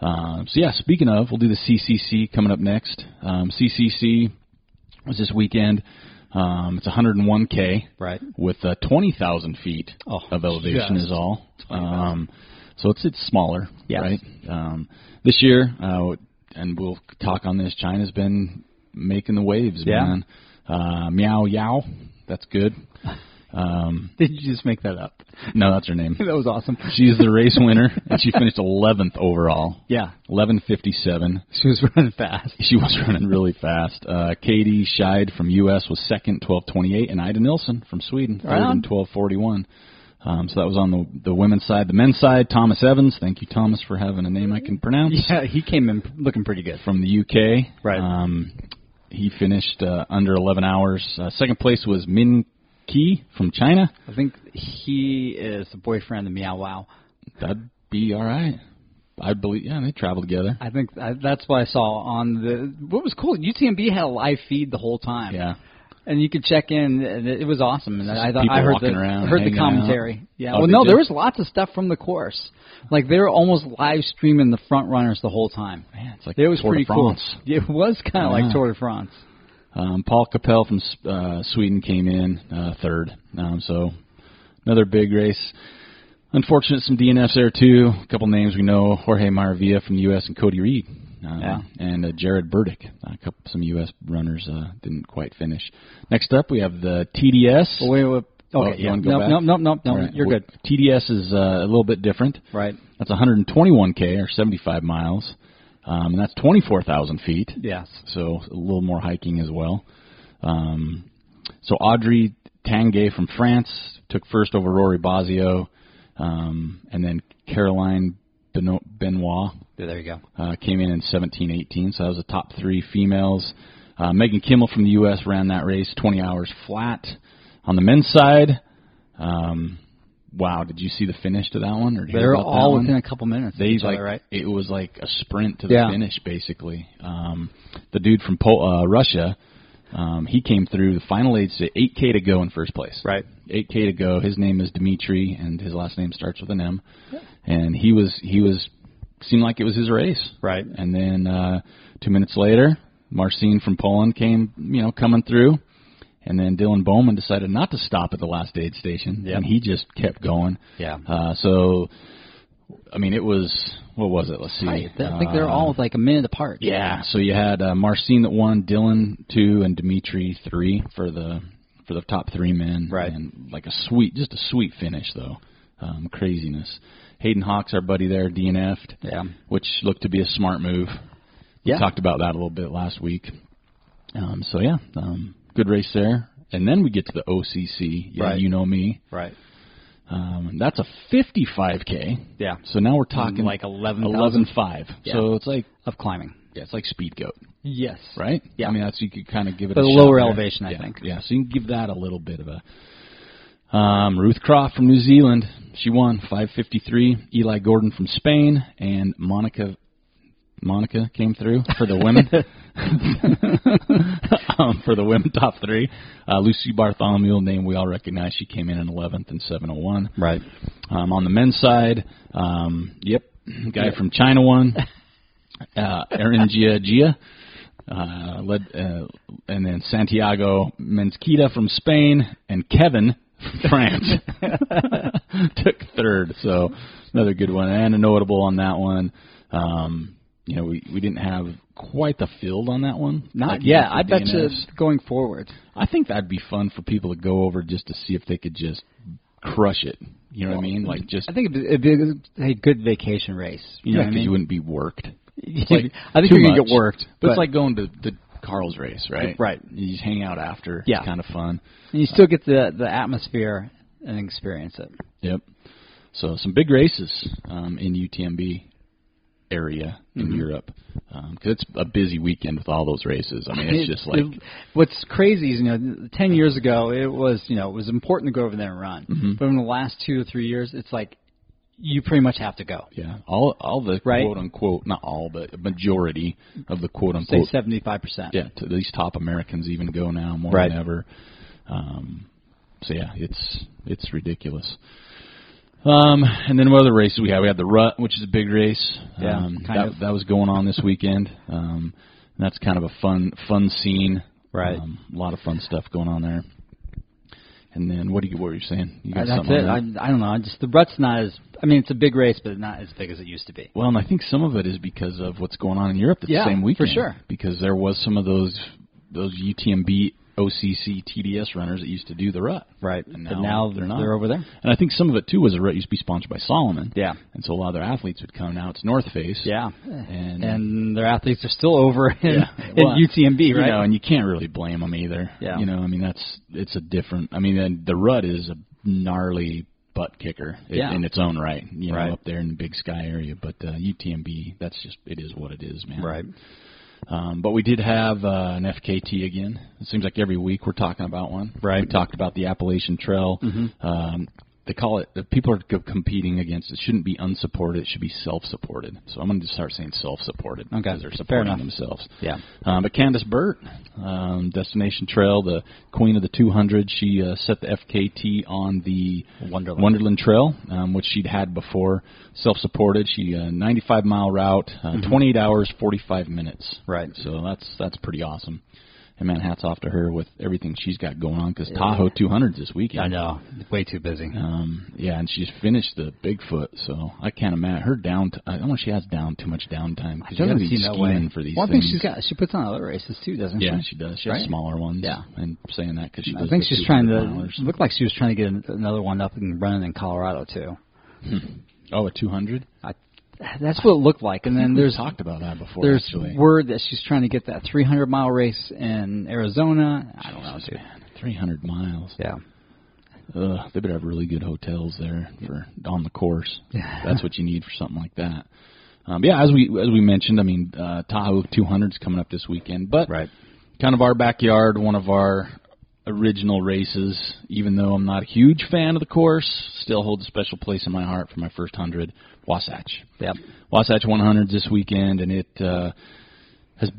Speaker 1: Um, so yeah, speaking of, we'll do the CCC coming up next. Um, CCC was this weekend. Um, it's 101k.
Speaker 2: Right. [laughs]
Speaker 1: with uh, 20,000 feet
Speaker 2: Oh,
Speaker 1: of elevation
Speaker 2: just
Speaker 1: is all.
Speaker 2: 20,000.
Speaker 1: Um, so it's it's smaller,
Speaker 2: Yes.
Speaker 1: right? Um, this year, uh, and we'll talk on this. China's been making the waves,
Speaker 2: Yeah.
Speaker 1: man. Uh, meow Yao, that's
Speaker 2: [laughs]
Speaker 1: good. Um,
Speaker 2: Did you just make that up? [laughs]
Speaker 1: no, that's her name.
Speaker 2: that was awesome.
Speaker 1: She's the race winner, and she finished 11th overall,
Speaker 2: Yeah,
Speaker 1: 11:57.
Speaker 2: she was [laughs] running fast.
Speaker 1: [laughs] She was running really fast. Uh, Katie Scheid from U.S. was second, 12:28, and Ida Nilsson from Sweden third
Speaker 2: Right on.
Speaker 1: and 12:41. Um, so that was on the the women's side. The men's side, Thomas Evans. Thank you, Thomas, for having a name I can pronounce.
Speaker 2: Yeah, he came in looking pretty good.
Speaker 1: From the U.K.
Speaker 2: Right.
Speaker 1: Um, he finished uh, under 11 hours. Uh, second place was Min Qi from China.
Speaker 2: I think he is the boyfriend of Meow Wow.
Speaker 1: That'd be all right. I believe. Yeah, they travel
Speaker 2: [laughs]
Speaker 1: together.
Speaker 2: I think I, that's what I saw on the. What was cool, UTMB had a live feed the whole time.
Speaker 1: Yeah.
Speaker 2: and you could check in. And it it was awesome, and I thought
Speaker 1: people
Speaker 2: I heard
Speaker 1: walking
Speaker 2: the
Speaker 1: around,
Speaker 2: heard the
Speaker 1: hanging out.
Speaker 2: commentary. Yeah,
Speaker 1: Oh,
Speaker 2: well,
Speaker 1: they
Speaker 2: no, there
Speaker 1: did?
Speaker 2: was lots of stuff from the course. Like they were almost live streaming the front runners the whole time.
Speaker 1: Man, it's like
Speaker 2: It was
Speaker 1: Tour de
Speaker 2: pretty
Speaker 1: France.
Speaker 2: cool. It was kind of
Speaker 1: Yeah.
Speaker 2: like Tour de France.
Speaker 1: Um, Paul Capel from S- uh, Sweden came in uh, third. Um, so another big race. Unfortunate, some DNFs there too. A couple names we know: Jorge Maravilla from the U.S. and Cody Reed, uh,
Speaker 2: Yeah.
Speaker 1: and uh, Jared Burdick. A couple, some U.S. runners uh, didn't quite finish. Next up, we have the TDS.
Speaker 2: Well, wait, wait.
Speaker 1: Oh,
Speaker 2: Okay,
Speaker 1: you
Speaker 2: yeah.
Speaker 1: wanna go
Speaker 2: No,
Speaker 1: back?
Speaker 2: no, no, no, no.
Speaker 1: All right.
Speaker 2: You're
Speaker 1: Well,
Speaker 2: good.
Speaker 1: TDS is uh, a little bit different.
Speaker 2: Right.
Speaker 1: That's 121k or 75 miles, um, and that's 24,000 feet
Speaker 2: Yes.
Speaker 1: so a little more hiking as well. Um, so Audrey Tanguay from France took first over Rory Basio, um, and then Caroline Beno- Benoit
Speaker 2: Yeah, There you go.
Speaker 1: uh, came in in 17-18, so that was the top three females. Uh, Megan Kimmel from the U.S. ran that race 20 hours flat. On the men's side, um, wow, did you see the finish to that one? Or hear
Speaker 2: They're
Speaker 1: about that
Speaker 2: all
Speaker 1: one?
Speaker 2: within a couple minutes. of
Speaker 1: They
Speaker 2: each
Speaker 1: like
Speaker 2: other, right.
Speaker 1: it was like a sprint to the
Speaker 2: Yeah.
Speaker 1: finish, basically. Um, the dude from Pol- uh, Russia, um, he came through the final age to 8K to go in first place.
Speaker 2: Right.
Speaker 1: 8K to go. His name is Dmitri, and his last name starts with an M. And he was he was seemed like it was his race.
Speaker 2: Right.
Speaker 1: And then uh, two minutes later, Marcin from Poland came, you know, coming through. And then Dylan Bowman decided not to stop at the last aid station,
Speaker 2: Yep.
Speaker 1: and he just kept going.
Speaker 2: Yeah.
Speaker 1: Uh, so, I mean, it was what was it? Let's see.
Speaker 2: I think they're
Speaker 1: Uh,
Speaker 2: all like a minute apart.
Speaker 1: yeah. So you had uh, Marcin that won, Dylan two, and Dimitri three for the for the top three men.
Speaker 2: Right.
Speaker 1: And like a sweet, just a sweet finish though. Um, craziness. Hayden Hawks, our buddy there, DNF'd.
Speaker 2: Yeah.
Speaker 1: Which looked to be a smart move.
Speaker 2: Yeah.
Speaker 1: We talked about that a little bit last week. Um, so yeah, um, good race there. And then we get to the OCC. Yeah,
Speaker 2: Right.
Speaker 1: you know me.
Speaker 2: Right.
Speaker 1: Um, and that's a 55k.
Speaker 2: Yeah.
Speaker 1: So now we're talking
Speaker 2: Like 11,000.
Speaker 1: 11.5.
Speaker 2: Yeah.
Speaker 1: So it's like
Speaker 2: of climbing.
Speaker 1: yeah, it's like speed goat,
Speaker 2: Yes.
Speaker 1: right?
Speaker 2: Yeah.
Speaker 1: I mean, that's you could kind of give it
Speaker 2: But
Speaker 1: a
Speaker 2: a
Speaker 1: shot
Speaker 2: lower
Speaker 1: there.
Speaker 2: elevation, I
Speaker 1: Yeah,
Speaker 2: think.
Speaker 1: Yeah. So you can give that a little bit of a. Um, Ruth Croft from New Zealand, she won 5:53. Eli Gordon from Spain and Monica. Monica came through for the
Speaker 2: [laughs]
Speaker 1: women. [laughs] um, for the women top three, uh, Lucy Bartholomew, a name we all recognize. She came in in 11th and 701.
Speaker 2: Right.
Speaker 1: Um, on the men's side, um, yep, guy from China won. Uh, Aaron Gia Gia, uh, led, uh, and then Santiago Menzquita from Spain, and Kevin from
Speaker 2: [laughs]
Speaker 1: France took third. So another good one and a notable on that one. Um, you know, we, we didn't have quite the field on that one.
Speaker 2: Not
Speaker 1: Like,
Speaker 2: yet.
Speaker 1: for
Speaker 2: I bet you
Speaker 1: DNFs.
Speaker 2: going forward.
Speaker 1: I think that'd be fun for people to go over just to see if they could just crush it. You know what I mean? Like just
Speaker 2: I think it'd be, it'd be a good vacation race.
Speaker 1: yeah,
Speaker 2: You know what I
Speaker 1: 'cause
Speaker 2: mean?
Speaker 1: you wouldn't be worked. [laughs]
Speaker 2: [laughs] I
Speaker 1: Like,
Speaker 2: think
Speaker 1: too
Speaker 2: you're gonna
Speaker 1: much.
Speaker 2: get worked.
Speaker 1: But, it's like going to the Carl's race, right?
Speaker 2: Right.
Speaker 1: You just hang out after.
Speaker 2: Yeah.
Speaker 1: It's kind of fun.
Speaker 2: and you still get the the atmosphere and experience it.
Speaker 1: Yep. So some big races um, in UTMB area in
Speaker 2: Mm-hmm.
Speaker 1: Europe because it's a busy weekend with all those races. I mean, it's
Speaker 2: It-
Speaker 1: just like
Speaker 2: it- what's crazy is you know, ten years ago it was you know it was important to go over there and run,
Speaker 1: Mm-hmm.
Speaker 2: but in the last two or three years it's like you pretty much have to go.
Speaker 1: yeah, all all the
Speaker 2: Right.
Speaker 1: quote unquote not all but a majority of the quote
Speaker 2: Say
Speaker 1: unquote
Speaker 2: seventy five percent.
Speaker 1: yeah to these top Americans even go now more
Speaker 2: Right.
Speaker 1: than ever. Um, so yeah, it's it's ridiculous. Um, and then what other races we had? We had the Rut, which is a big race.
Speaker 2: Yeah,
Speaker 1: um,
Speaker 2: kind
Speaker 1: that,
Speaker 2: of.
Speaker 1: that was going on this weekend. Um, and that's kind of a fun fun scene.
Speaker 2: Right.
Speaker 1: Um, a lot of fun stuff going on there. And then what do you what were you saying? You got
Speaker 2: Uh, that's
Speaker 1: something
Speaker 2: it.
Speaker 1: on
Speaker 2: I,
Speaker 1: that?
Speaker 2: I don't know. I just the rut's not as. I mean, it's a big race, but not as big as it used to be.
Speaker 1: Well, and I think some of it is because of what's going on in Europe at
Speaker 2: Yeah,
Speaker 1: the same
Speaker 2: for
Speaker 1: weekend.
Speaker 2: sure.
Speaker 1: Because there was some of those those UTMB OCC TDS runners that used to do the rut.
Speaker 2: Right.
Speaker 1: And
Speaker 2: but
Speaker 1: now
Speaker 2: now
Speaker 1: they're not.
Speaker 2: over there.
Speaker 1: And I think some of it too was the rut used to be sponsored by Solomon.
Speaker 2: Yeah.
Speaker 1: And so a lot of their athletes would come. Now it's North Face.
Speaker 2: Yeah.
Speaker 1: And uh,
Speaker 2: And their athletes are still over in,
Speaker 1: [laughs] Yeah.
Speaker 2: in
Speaker 1: Well,
Speaker 2: UTMB, right?
Speaker 1: You know, and you can't really blame them either.
Speaker 2: Yeah.
Speaker 1: You know, I mean that's it's a different. I mean and the rut is a gnarly butt kicker i-
Speaker 2: Yeah.
Speaker 1: in its own right. You know,
Speaker 2: Right.
Speaker 1: up there in the Big Sky area, but uh, UTMB that's just it is what it is, man.
Speaker 2: right.
Speaker 1: Um, but we did have uh, an FKT again. It seems like every week we're talking about one.
Speaker 2: Right. Mm-hmm.
Speaker 1: We talked about the Appalachian Trail. Um, they call it. The people are co- competing against. It shouldn't be unsupported. It should be self-supported. So I'm going to just start saying self-supported
Speaker 2: Okay.
Speaker 1: because they're
Speaker 2: Fair
Speaker 1: supporting
Speaker 2: enough.
Speaker 1: themselves.
Speaker 2: Yeah.
Speaker 1: Um, but Candace Burt, um, Destination Trail, the queen of the 200, she uh, set the FKT on the
Speaker 2: Wonderland.
Speaker 1: Wonderland Trail, um, which she'd had before, self-supported. She uh, 95 mile route, uh,
Speaker 2: Mm-hmm.
Speaker 1: 28 hours, 45 minutes.
Speaker 2: Right.
Speaker 1: So that's that's pretty awesome. And man, hats off to her with everything she's got going on because Tahoe 200s this weekend.
Speaker 2: I know. Way too busy.
Speaker 1: Um, yeah, and she's finished the Bigfoot, so I can't imagine her down. T- I don't know if she has down too much downtime because you got to be scheming for these
Speaker 2: well, I
Speaker 1: things.
Speaker 2: think she's got. She puts on other races too, doesn't
Speaker 1: Yeah,
Speaker 2: she?
Speaker 1: she does. She has
Speaker 2: Right?
Speaker 1: smaller ones.
Speaker 2: Yeah.
Speaker 1: and saying that because she.
Speaker 2: I
Speaker 1: does
Speaker 2: think
Speaker 1: the
Speaker 2: she's trying to.
Speaker 1: 200 milers.
Speaker 2: Looked like she was trying to get an, another one up and running in Colorado too.
Speaker 1: Oh, a 200.
Speaker 2: I, that's what it looked like. And then
Speaker 1: We
Speaker 2: there's
Speaker 1: talked about that before.
Speaker 2: there's
Speaker 1: actually.
Speaker 2: word that she's trying to get that 300 mile race in Arizona. I don't know, dude.
Speaker 1: Man, 300 miles.
Speaker 2: Yeah.
Speaker 1: Ugh, they better have really good hotels there for on the course.
Speaker 2: Yeah.
Speaker 1: That's what you need for something like that. Um, yeah, as we as we mentioned, I mean uh, Tahoe 200's coming up this weekend, but
Speaker 2: Right.
Speaker 1: kind of our backyard, one of our original races. Even though I'm not a huge fan of the course, still holds a special place in my heart for my first hundred, Wasatch.
Speaker 2: Yep.
Speaker 1: Wasatch 100 this weekend, and it uh, has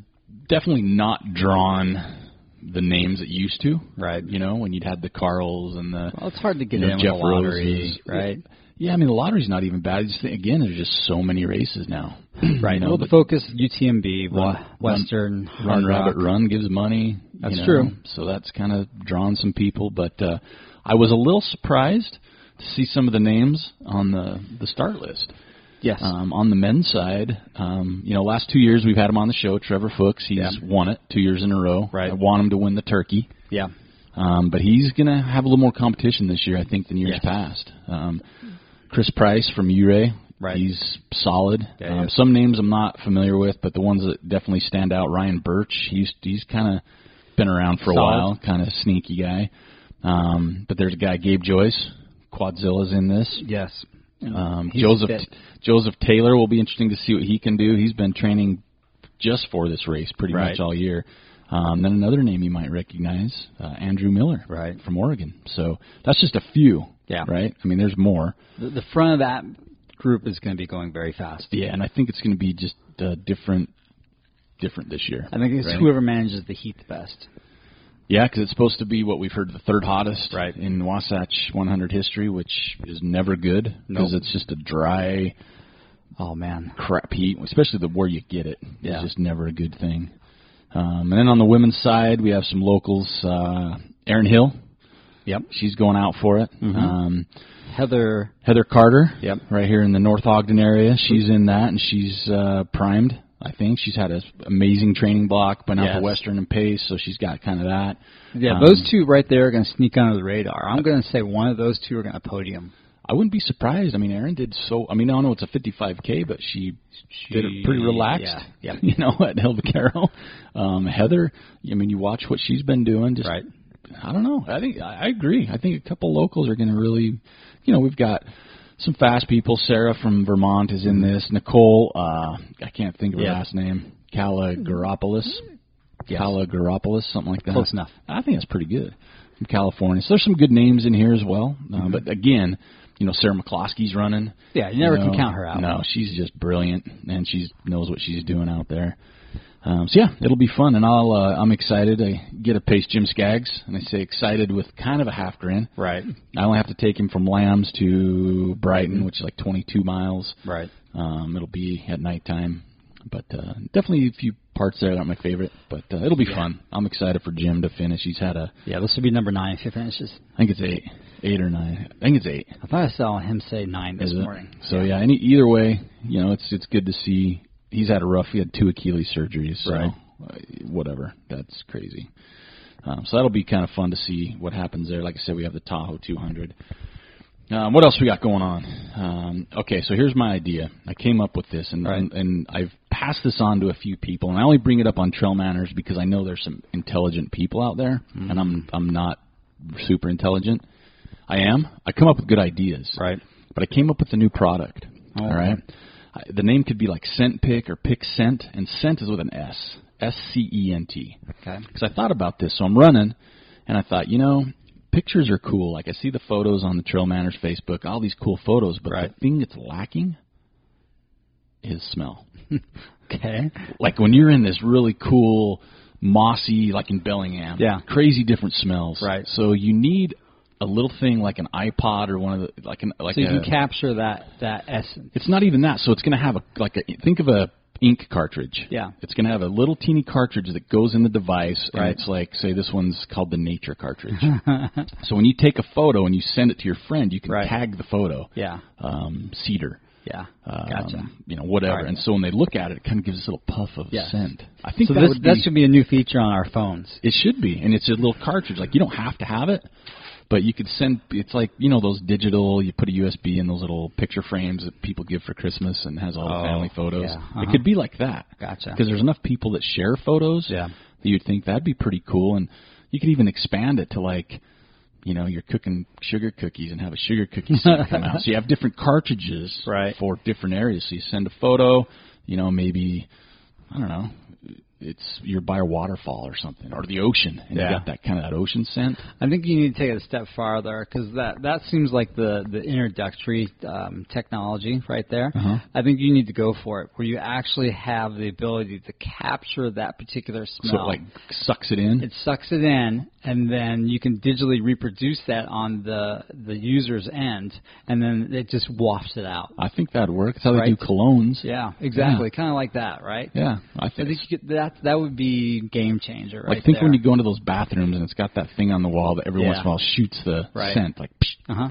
Speaker 1: definitely not drawn the names it used to.
Speaker 2: Right.
Speaker 1: You know, when you'd had the Carls and the
Speaker 2: Well, it's hard to get
Speaker 1: you know,
Speaker 2: in
Speaker 1: Jeff
Speaker 2: with the lottery,
Speaker 1: Roses.
Speaker 2: right?
Speaker 1: Yeah, I mean the lottery's not even bad. I just think, again, there's just so many races now.
Speaker 2: [clears throat] Right.
Speaker 1: You know,
Speaker 2: well, the
Speaker 1: but
Speaker 2: focus UTMB, wa-
Speaker 1: Run-
Speaker 2: Western, Hard
Speaker 1: Run Rabbit
Speaker 2: Rock.
Speaker 1: Run gives money. you
Speaker 2: That's
Speaker 1: know,
Speaker 2: true.
Speaker 1: So that's kind of drawn some people. But uh, I was a little surprised to see some of the names on the the start list.
Speaker 2: Yes.
Speaker 1: Um, on the men's side, um, you know, last two years we've had him on the show. Trevor Fuchs, he's
Speaker 2: Yeah.
Speaker 1: won it two years in a row.
Speaker 2: Right.
Speaker 1: I want him to win the turkey,
Speaker 2: yeah.
Speaker 1: um, but he's going to have a little more competition this year, I think, than years
Speaker 2: Yes.
Speaker 1: past. Um, Chris Price from URA,
Speaker 2: Right.
Speaker 1: he's solid.
Speaker 2: Yeah, he
Speaker 1: um,
Speaker 2: is.
Speaker 1: some names I'm not familiar with, but the ones that definitely stand out, Ryan Birch, he's he's kind of been around for a
Speaker 2: Solid.
Speaker 1: while, kind of sneaky guy. Um, but there's a guy, Gabe Joyce, Quadzilla's in this.
Speaker 2: Yes.
Speaker 1: Um,
Speaker 2: He's
Speaker 1: Joseph
Speaker 2: fit.
Speaker 1: Joseph Taylor will be interesting to see what he can do. He's been training just for this race pretty
Speaker 2: Right.
Speaker 1: much all year. Um, then another name you might recognize, uh, Andrew Miller,
Speaker 2: Right.
Speaker 1: from Oregon. So that's just a few,
Speaker 2: Yeah.
Speaker 1: right? I mean, there's more.
Speaker 2: The, the front of that group is going to be going very fast.
Speaker 1: Yeah, and I think it's going to be just uh, different, different this year.
Speaker 2: I think it's
Speaker 1: Right.
Speaker 2: whoever manages the heat the best.
Speaker 1: Yeah, because it's supposed to be what we've heard the third hottest
Speaker 2: Right.
Speaker 1: in Wasatch 100 history, which is never good because
Speaker 2: Nope.
Speaker 1: it's just a dry
Speaker 2: Oh man.
Speaker 1: crap heat, especially the more you get it.
Speaker 2: Yeah.
Speaker 1: It's just never a good thing. Um, and then on the women's side, we have some locals. Uh, Erin Hill,
Speaker 2: Yep.
Speaker 1: she's going out for it.
Speaker 2: Mhm.
Speaker 1: Um,
Speaker 2: Heather.
Speaker 1: Heather Carter,
Speaker 2: Yep.
Speaker 1: right here in the North Ogden area, she's in that and she's uh, primed. I think she's had an amazing training block, been out
Speaker 2: Yes.
Speaker 1: to Western and Pace, so she's got kind of that.
Speaker 2: Yeah,
Speaker 1: Um,
Speaker 2: those two right there are going to sneak under the radar. I'm going to say one of those two are going to podium.
Speaker 1: I wouldn't be surprised. I mean, Erin did so. I mean, I don't know it's a 55k, but she, did it pretty
Speaker 2: She-
Speaker 1: relaxed.
Speaker 2: yeah, yeah.
Speaker 1: [laughs] You know, at El Vaquero. Um, Heather, I mean, you watch what she's been doing. Just,
Speaker 2: Right.
Speaker 1: I don't know. I think I I agree. I think a couple locals are going to really, you know, we've got some fast people. Sarah from Vermont is in this. Nicole, uh, I can't think of her
Speaker 2: Mm-hmm. Yeah.
Speaker 1: last name. Caligaropoulos.
Speaker 2: Yes.
Speaker 1: Caligaropoulos, something like that.
Speaker 2: Close enough.
Speaker 1: I think that's pretty good from California. So there's some good names in here as well. Uh, But again, you know, Sarah McCloskey's running.
Speaker 2: Mm-hmm. Yeah, you never
Speaker 1: know.
Speaker 2: can count her out.
Speaker 1: No, she's just brilliant, and she knows what she's doing out there. Um, so yeah, it'll be fun, and I'll uh, I'm excited. I get a pace Jim Skaggs, and I say excited with kind of a half grin.
Speaker 2: Right.
Speaker 1: [laughs] I only have to take him from Lambs to Brighton, which is like 22 miles.
Speaker 2: Right.
Speaker 1: Um, it'll be at nighttime, but uh, definitely a few parts there that aren't my favorite, but uh, it'll be
Speaker 2: Yeah.
Speaker 1: fun. I'm excited for Jim to finish. He's had a
Speaker 2: Yeah, this would be number nine if he finishes.
Speaker 1: I think it's eight, eight or nine. I think it's eight.
Speaker 2: I thought I saw him say nine this
Speaker 1: is it?
Speaker 2: morning.
Speaker 1: So yeah, any either way, you know, it's it's good to see. He's had a rough. He had two Achilles surgeries. So
Speaker 2: Right.
Speaker 1: uh, whatever. That's crazy. Um, so that'll be kind of fun to see what happens there. Like I said, we have the Tahoe 200. Um, what else we got going on? Um, okay, so here's my idea. I came up with this, and,
Speaker 2: Right.
Speaker 1: and and I've passed this on to a few people, and I only bring it up on Trail Manners because I know there's some intelligent people out there,
Speaker 2: Mm-hmm.
Speaker 1: and I'm I'm not super intelligent. I am. I come up with good ideas,
Speaker 2: Right.
Speaker 1: but I came up with a new product.
Speaker 2: Oh,
Speaker 1: all right, I, the name could be like Scent Pick or Pick Scent, and Scent is with an S, S C E N T
Speaker 2: Okay.
Speaker 1: because I thought about this. So I'm running, and I thought, you know, pictures are cool. Like I see the photos on the Trail Manners Facebook, all these cool photos. But
Speaker 2: Right.
Speaker 1: the thing that's lacking is smell. [laughs]
Speaker 2: Okay.
Speaker 1: Like when you're in this really cool mossy, like in Bellingham,
Speaker 2: Yeah.
Speaker 1: crazy different smells.
Speaker 2: Right.
Speaker 1: So you need a little thing like an iPod or one of the like an like
Speaker 2: So you
Speaker 1: a-
Speaker 2: can capture that that essence. [laughs]
Speaker 1: it's not even that. So it's going to have a like a think of a ink cartridge.
Speaker 2: Yeah.
Speaker 1: It's going to have a little teeny cartridge that goes in the device, and
Speaker 2: Right. Uh-huh.
Speaker 1: it's like say this one's called the nature cartridge. so when you take a photo and you send it to your friend, you can
Speaker 2: Right.
Speaker 1: tag the photo.
Speaker 2: Yeah.
Speaker 1: Um, cedar.
Speaker 2: Yeah.
Speaker 1: Um,
Speaker 2: Gotcha.
Speaker 1: You know whatever,
Speaker 2: All right.
Speaker 1: and so when they look at it, it kind of gives this little puff of
Speaker 2: Yes.
Speaker 1: scent. I think
Speaker 2: so
Speaker 1: that
Speaker 2: this
Speaker 1: would be,
Speaker 2: that should be a new feature on our phones.
Speaker 1: it should be, and it's a little cartridge. Like you don't have to have it, but you could send. It's like you know those digital. You put a USB in those little picture frames that people give for Christmas, and has all
Speaker 2: Oh,
Speaker 1: the family photos.
Speaker 2: yeah, uh-huh.
Speaker 1: It could be like that.
Speaker 2: Gotcha.
Speaker 1: Because there's enough people that share photos.
Speaker 2: Yeah.
Speaker 1: That you'd think that'd be pretty cool, and you could even expand it to like. You know, you're cooking sugar cookies and have a sugar cookie scent come out. So you have different cartridges
Speaker 2: [laughs] Right.
Speaker 1: for different areas. So you send a photo, you know, maybe I don't know. It's you're by a waterfall or something, or the ocean, and
Speaker 2: Yeah.
Speaker 1: you got that kind of that ocean scent.
Speaker 2: I think you need to take it a step farther because that that seems like the the introductory um, technology right there.
Speaker 1: Uh-huh.
Speaker 2: I think you need to go for it where you actually have the ability to capture that particular smell.
Speaker 1: So it like sucks it in.
Speaker 2: it sucks it in, and then you can digitally reproduce that on the the user's end, and then it just wafts it out.
Speaker 1: I think that'd work. That's how
Speaker 2: Right.
Speaker 1: they do colognes.
Speaker 2: Yeah, exactly. Kind of like that, right?
Speaker 1: Yeah, I
Speaker 2: I
Speaker 1: think.
Speaker 2: think you could, that that would be game changer, right?
Speaker 1: like think
Speaker 2: there.
Speaker 1: when you go into those bathrooms and it's got that thing on the wall that every once
Speaker 2: Yeah.
Speaker 1: in a while shoots the
Speaker 2: Right.
Speaker 1: scent, like. Psh,
Speaker 2: uh huh.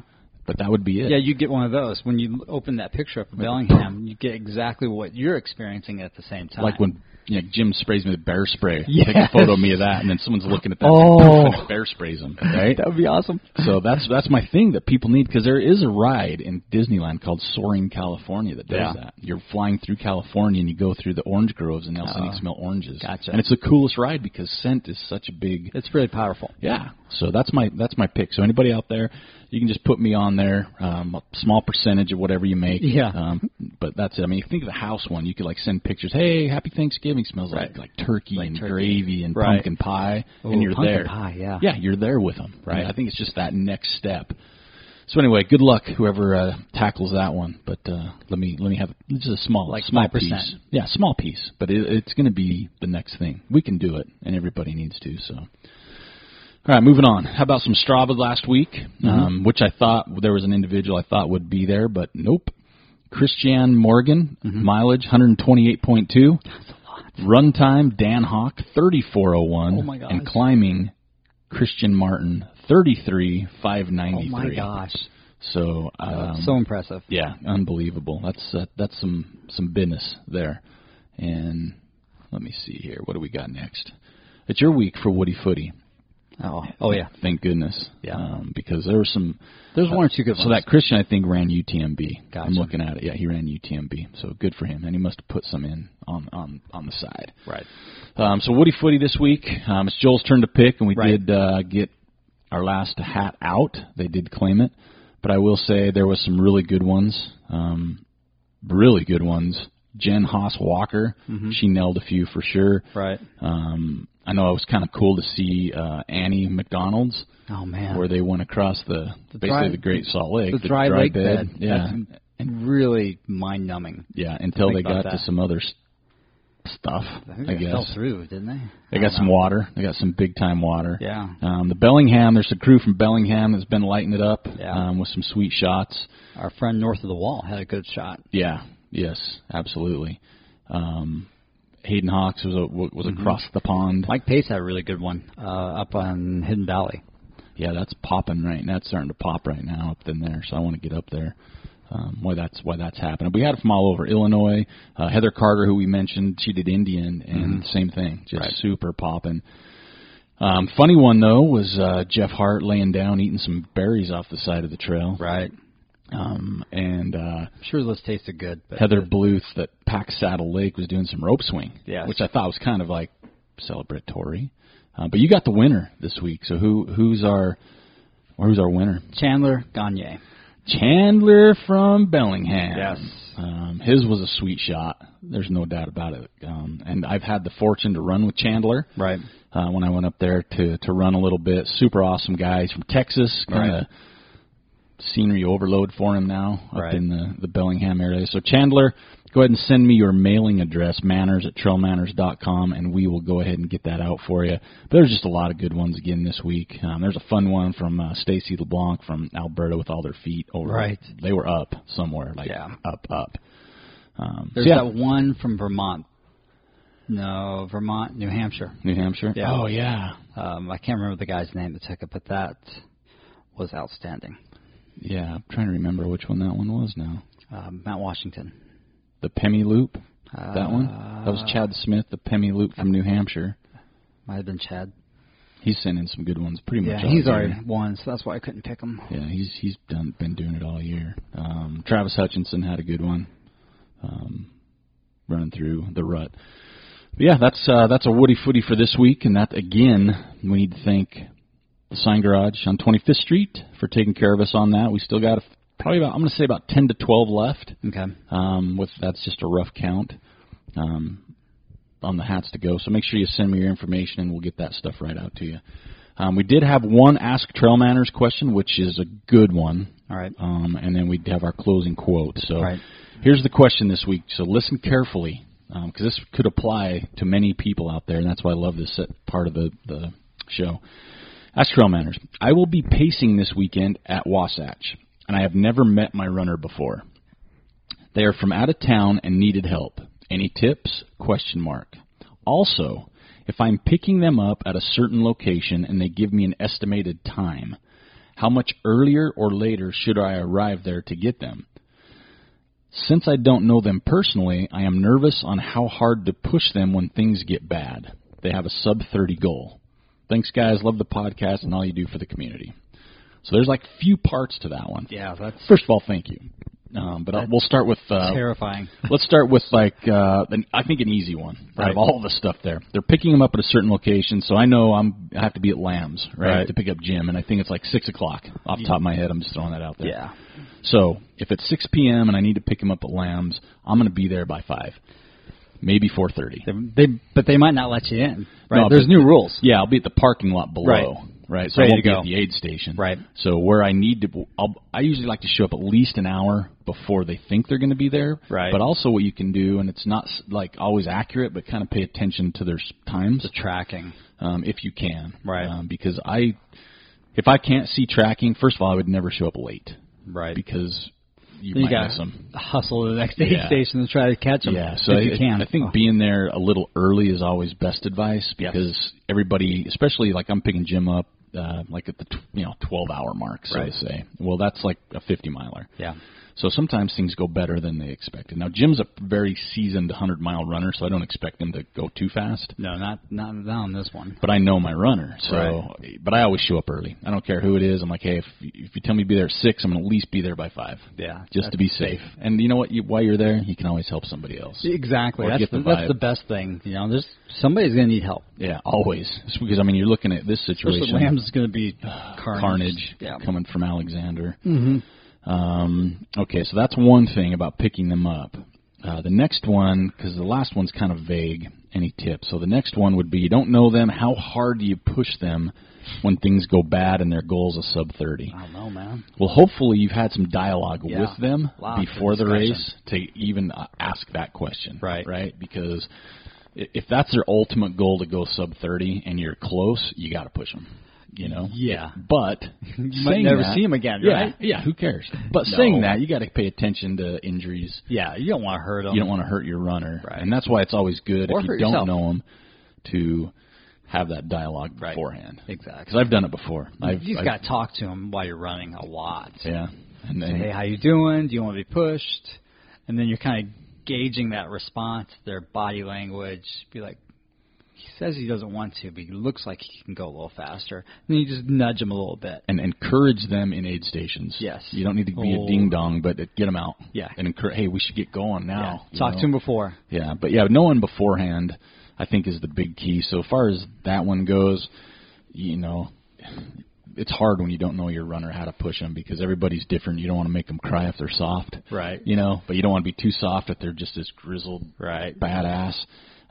Speaker 1: but that would be it.
Speaker 2: Yeah, you get one of those when you l- open that picture up of Bellingham. You get exactly what you're experiencing at the same time.
Speaker 1: like when you know, Jim sprays me with bear spray.
Speaker 2: Yes.
Speaker 1: Take a photo of me of that, and then someone's looking at that
Speaker 2: Oh.
Speaker 1: and it bear sprays
Speaker 2: [laughs]
Speaker 1: them. Right.
Speaker 2: that would be awesome.
Speaker 1: So that's that's my thing that people need because there is a ride in Disneyland called Soaring California that does
Speaker 2: Yeah.
Speaker 1: that. You're flying through California and you go through the orange groves and all of a sudden
Speaker 2: Oh,
Speaker 1: you smell oranges.
Speaker 2: gotcha.
Speaker 1: And it's the coolest ride because scent is such a big
Speaker 2: It's really powerful.
Speaker 1: yeah. So that's my that's my pick. So anybody out there, you can just put me on on there. Um, a small percentage of whatever you make.
Speaker 2: Yeah.
Speaker 1: Um, but that's it. I mean, if you think of the house one. You could like send pictures. Hey, happy Thanksgiving. Smells like
Speaker 2: Right.
Speaker 1: like turkey
Speaker 2: Like
Speaker 1: and
Speaker 2: turkey.
Speaker 1: gravy and
Speaker 2: Right.
Speaker 1: pumpkin pie,
Speaker 2: Ooh,
Speaker 1: and you're
Speaker 2: pumpkin
Speaker 1: there.
Speaker 2: pie, yeah.
Speaker 1: Yeah, you're there with them.
Speaker 2: Right.
Speaker 1: I think it's just that next step. So anyway, good luck whoever uh, tackles that one. But uh, let me let me have just a small
Speaker 2: Like
Speaker 1: small
Speaker 2: 5%.
Speaker 1: piece. Yeah, small piece, but it, it's going to be the next thing. We can do it, and everybody needs to. So, all right, moving on. How about some Strava last week, um, which I thought there was an individual I thought would be there, but nope. Christian Morgan, mileage 128.2,
Speaker 2: That's a lot.
Speaker 1: run time Dan Hawk 3401,
Speaker 2: Oh my gosh.
Speaker 1: and climbing Christian Martin 33593.
Speaker 2: Oh my gosh.
Speaker 1: So, um,
Speaker 2: That's so impressive.
Speaker 1: yeah, unbelievable. That's uh, that's some some business there. And let me see here. What do we got next? It's your week for Woody Footy.
Speaker 2: Oh, oh yeah.
Speaker 1: Thank goodness.
Speaker 2: Yeah.
Speaker 1: Um, because there were some.
Speaker 2: There's one or two good
Speaker 1: So
Speaker 2: ones.
Speaker 1: that Christian, I think, ran UTMB.
Speaker 2: Gotcha.
Speaker 1: I'm looking at it. Yeah, he ran UTMB. So good for him. And he must have put some in on on on the side.
Speaker 2: right.
Speaker 1: Um, so Woody Footy this week. Um, it's Joel's turn to pick, and we
Speaker 2: Right.
Speaker 1: did uh, get our last hat out. They did claim it, but I will say there was some really good ones. Um, really good ones. Jen Haas Walker, she nailed a few for sure.
Speaker 2: Mm-hmm. Right.
Speaker 1: Um, I know it was kind of cool to see uh, Annie McDonald's
Speaker 2: Oh man.
Speaker 1: where they went across the,
Speaker 2: The
Speaker 1: basically
Speaker 2: dry-
Speaker 1: the Great Salt Lake,
Speaker 2: the dry, lake bed.
Speaker 1: Yeah,
Speaker 2: That's really mind numbing.
Speaker 1: yeah. Until
Speaker 2: think
Speaker 1: they got
Speaker 2: about
Speaker 1: to
Speaker 2: that.
Speaker 1: some other s- stuff,
Speaker 2: I think
Speaker 1: I
Speaker 2: they fell
Speaker 1: guess.
Speaker 2: through, didn't they?
Speaker 1: They got some water. They got some big time water.
Speaker 2: Yeah.
Speaker 1: Um, the Bellingham, there's a crew from Bellingham that's been lighting it up
Speaker 2: Yeah.
Speaker 1: um, with some sweet shots.
Speaker 2: Our friend north of the wall had a good shot.
Speaker 1: Yeah. Yes. Absolutely. Um, Hayden Hawks was a, was
Speaker 2: Mm-hmm.
Speaker 1: across the pond.
Speaker 2: Mike Pace had a really good one uh, up on Hidden Valley.
Speaker 1: Yeah, that's popping right. now. That's starting to pop right now up in there. So I want to get up there. Um, why that's why that's happening. We had it from all over Illinois. Uh, Heather Carter, who we mentioned, she did Indian, and same thing, just
Speaker 2: Mm-hmm. Right.
Speaker 1: super popping. Um, funny one though was uh, Jeff Hart laying down, eating some berries off the side of the trail,
Speaker 2: Right.
Speaker 1: um, and uh,
Speaker 2: I'm sure those tasted good, but
Speaker 1: Heather Bluth at Pack Saddle Lake was doing some rope swing,
Speaker 2: Yes.
Speaker 1: which I thought was kind of like celebratory. Uh, but you got the winner this week, so who who's our who's our winner?
Speaker 2: Chandler Gagne.
Speaker 1: Chandler from Bellingham.
Speaker 2: Yes.
Speaker 1: Um, his was a sweet shot. There's no doubt about it. Um, and I've had the fortune to run with Chandler
Speaker 2: Right.
Speaker 1: uh, when I went up there to to run a little bit. Super awesome guy. He's from Texas. Kind of
Speaker 2: Right.
Speaker 1: scenery overload for him now up
Speaker 2: Right.
Speaker 1: in the the Bellingham area. So Chandler, go ahead and send me your mailing address, manners at trailmanners.com, and we will go ahead and get that out for you. But there's just a lot of good ones again this week. Um, there's a fun one from uh, Stacy LeBlanc from Alberta with all their feet over.
Speaker 2: Right.
Speaker 1: They were up somewhere, like
Speaker 2: Yeah.
Speaker 1: up up. Um, so
Speaker 2: There's
Speaker 1: yeah.
Speaker 2: that one from Vermont. No, Vermont, New Hampshire.
Speaker 1: New Hampshire.
Speaker 2: Yeah.
Speaker 1: Oh yeah.
Speaker 2: Um, I can't remember the guy's name that took it, but that was outstanding.
Speaker 1: Yeah, I'm trying to remember which one that one was now.
Speaker 2: Uh, Mount Washington.
Speaker 1: The Pemmy Loop.
Speaker 2: Uh,
Speaker 1: That one? That was Chad Smith, the Pemmy Loop from New Hampshire.
Speaker 2: Might have been Chad.
Speaker 1: He's sending some good ones pretty
Speaker 2: Yeah,
Speaker 1: much. all
Speaker 2: he's
Speaker 1: year.
Speaker 2: already won, so that's why I couldn't pick him.
Speaker 1: Yeah, he's he's done been doing it all year. Um, Travis Hutchinson had a good one, um, running through the rut. But yeah, that's uh, that's a woody footy for this week, and that again we need to thank the Sign Garage on 25th Street for taking care of us on that. We still got probably about I'm going to say about 10 to 12 left.
Speaker 2: Okay.
Speaker 1: Um, with that's just a rough count um, on the hats to go. So make sure you send me your information, and we'll get that stuff right out to you. Um, we did have one Ask Trail Manners question, which is a good one,
Speaker 2: All right.
Speaker 1: um, and then we have our closing quote. So
Speaker 2: Right.
Speaker 1: here's the question this week. So listen carefully, because this could apply to many people out there, and that's why I love this uh, part of the the show. Ask Trail Manners. I will be pacing this weekend at Wasatch, and I have never met my runner before. They are from out of town and needed help. Any tips? Question mark. Also, if I'm picking them up at a certain location and they give me an estimated time, how much earlier or later should I arrive there to get them? Since I don't know them personally, I am nervous on how hard to push them when things get bad. They have a sub 30 goal. Thanks, guys. Love the podcast and all you do for the community. So there's like few parts to that one.
Speaker 2: Yeah, that's
Speaker 1: First of all, thank you. Um, but i we'll start with uh, [laughs]
Speaker 2: Terrifying.
Speaker 1: let's start with like uh, an, I think an easy one out
Speaker 2: Right.
Speaker 1: of all the stuff there. They're picking him up at a certain location, so I know I'm I have to be at Lambs right,
Speaker 2: Right.
Speaker 1: to pick up Jim, and I think it's like six o'clock off the top of my head. I'm just throwing that out there.
Speaker 2: Yeah.
Speaker 1: So if it's six p.m. and I need to pick him up at Lambs, I'm going to be there by five, maybe four thirty.
Speaker 2: They, they but they might not let you in. Right.
Speaker 1: No,
Speaker 2: There's
Speaker 1: but-
Speaker 2: new rules.
Speaker 1: Yeah, I'll be at the parking lot below.
Speaker 2: Right.
Speaker 1: Right. so
Speaker 2: Ready
Speaker 1: I won't
Speaker 2: to
Speaker 1: be
Speaker 2: go.
Speaker 1: at the aid station.
Speaker 2: Right.
Speaker 1: So where I need to, I'll, I usually like to show up at least an hour before they think they're going to be there.
Speaker 2: Right.
Speaker 1: But also what you can do, and it's not s- like always accurate, but kind of pay attention to their s- times
Speaker 2: The tracking.
Speaker 1: um, if you can.
Speaker 2: Right.
Speaker 1: Um, because I, if I can't see tracking, first of all, I would never show up late
Speaker 2: Right.
Speaker 1: because you,
Speaker 2: You
Speaker 1: might
Speaker 2: got
Speaker 1: miss them.
Speaker 2: hustle to the next aid
Speaker 1: Yeah.
Speaker 2: station and try to catch them.
Speaker 1: Yeah, so
Speaker 2: if
Speaker 1: I,
Speaker 2: you can. Oh.
Speaker 1: I think being there a little early is always best advice
Speaker 2: Yes.
Speaker 1: because everybody, especially like I'm picking Jim up, uh, like at the tw- you know 12 hour mark, so
Speaker 2: Right.
Speaker 1: to say. Well, that's like a 50 miler.
Speaker 2: yeah.
Speaker 1: So sometimes things go better than they expected. Now Jim's a very seasoned 100 mile runner, so I don't expect him to go too fast.
Speaker 2: No, not not not on this one.
Speaker 1: But I know my runner, so but I always show up early. I don't care who it is. I'm like, hey, if if you tell me to be there at six, I'm gonna at least be there by five,
Speaker 2: Yeah.
Speaker 1: just to be safe. And you know what? You, while you're there, you can always help somebody else.
Speaker 2: Exactly.
Speaker 1: Or
Speaker 2: That's
Speaker 1: get
Speaker 2: the,
Speaker 1: the
Speaker 2: that's
Speaker 1: vibe.
Speaker 2: the best thing. You know, there's somebody's gonna need help.
Speaker 1: Yeah, always. It's because I mean you're looking at this
Speaker 2: Especially
Speaker 1: situation.
Speaker 2: Lamb's is gonna be carnage.
Speaker 1: carnage
Speaker 2: Yeah.
Speaker 1: coming from Alexander.
Speaker 2: Mm-hmm.
Speaker 1: Um, okay, so that's one thing about picking them up. Uh, the next one, because the last one's kind of vague. Any tips? So the next one would be you don't know them. How hard do you push them when things go bad and their goal's a sub thirty?
Speaker 2: I don't know, man.
Speaker 1: Well, hopefully you've had some dialogue
Speaker 2: Yeah,
Speaker 1: with them
Speaker 2: lots of
Speaker 1: before the
Speaker 2: discussion.
Speaker 1: race to even uh, ask that question.
Speaker 2: Right.
Speaker 1: Right. Because i- if that's their ultimate goal to go sub 30 and you're close, you got to push them. You know.
Speaker 2: Yeah.
Speaker 1: But
Speaker 2: might
Speaker 1: saying
Speaker 2: never
Speaker 1: that-
Speaker 2: see 'em again,
Speaker 1: Yeah.
Speaker 2: right?
Speaker 1: Yeah. Who cares? But
Speaker 2: No.
Speaker 1: saying that, you got to pay attention to injuries.
Speaker 2: Yeah, you don't want to hurt them.
Speaker 1: You don't want to hurt your runner,
Speaker 2: Right.
Speaker 1: and that's why it's always good
Speaker 2: Or
Speaker 1: if you
Speaker 2: hurt
Speaker 1: don't
Speaker 2: yourself.
Speaker 1: know them to have that dialogue
Speaker 2: Right.
Speaker 1: beforehand. Because
Speaker 2: Exactly.
Speaker 1: I've done it before. I've,
Speaker 2: you
Speaker 1: I've-
Speaker 2: just got to talk to them while you're running a lot.
Speaker 1: yeah. And then,
Speaker 2: Say, hey, how you doing? Do you want to be pushed? And then you're kind of gauging that response, their body language. Be like, he says he doesn't want to, but he looks like he can go a little faster. And then you just nudge him a little bit.
Speaker 1: and encourage them in aid stations.
Speaker 2: Yes.
Speaker 1: You don't need to be
Speaker 2: Oh.
Speaker 1: a ding dong, but it- get them out.
Speaker 2: Yeah.
Speaker 1: And encourage. Hey, we should get going now.
Speaker 2: yeah. Talk to him before.
Speaker 1: Yeah, but yeah, knowing beforehand, I think is the big key. So as far as that one goes, you know, it's hard when you don't know your runner how to push them because everybody's different. You don't want to make them cry if they're soft.
Speaker 2: Right.
Speaker 1: You know, but you don't want to be too soft if they're just this grizzled
Speaker 2: Right.
Speaker 1: badass.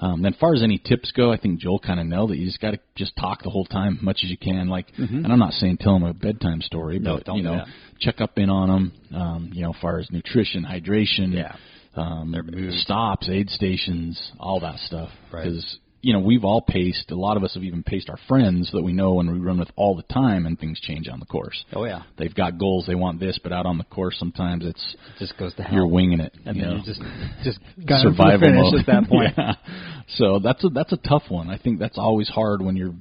Speaker 1: Um, then, as far as any tips go, I think Joel kind of nailed it. You just got to just talk the whole time, much as you can. Like, and I'm not saying tell them a bedtime story,
Speaker 2: Mm-hmm. No,
Speaker 1: but
Speaker 2: don't
Speaker 1: you
Speaker 2: do
Speaker 1: know,
Speaker 2: that.
Speaker 1: check up in on them. Um, you know, as far as nutrition, hydration,
Speaker 2: Yeah.
Speaker 1: um,
Speaker 2: Their mood.
Speaker 1: stops, aid stations, all that stuff.
Speaker 2: Mm-hmm. Right.
Speaker 1: Because you know, we've all paced. A lot of us have even paced our friends that we know and we run with all the time, and things change on the course.
Speaker 2: Oh, yeah.
Speaker 1: They've got goals. They want this, but out on the course, sometimes it's
Speaker 2: It just goes to hell.
Speaker 1: you're winging it.
Speaker 2: and
Speaker 1: you
Speaker 2: then
Speaker 1: know?
Speaker 2: you just, just gunning for the
Speaker 1: survival
Speaker 2: finish
Speaker 1: mode
Speaker 2: at that point.
Speaker 1: [laughs] yeah. So that's a that's a tough one. I think that's always hard when you're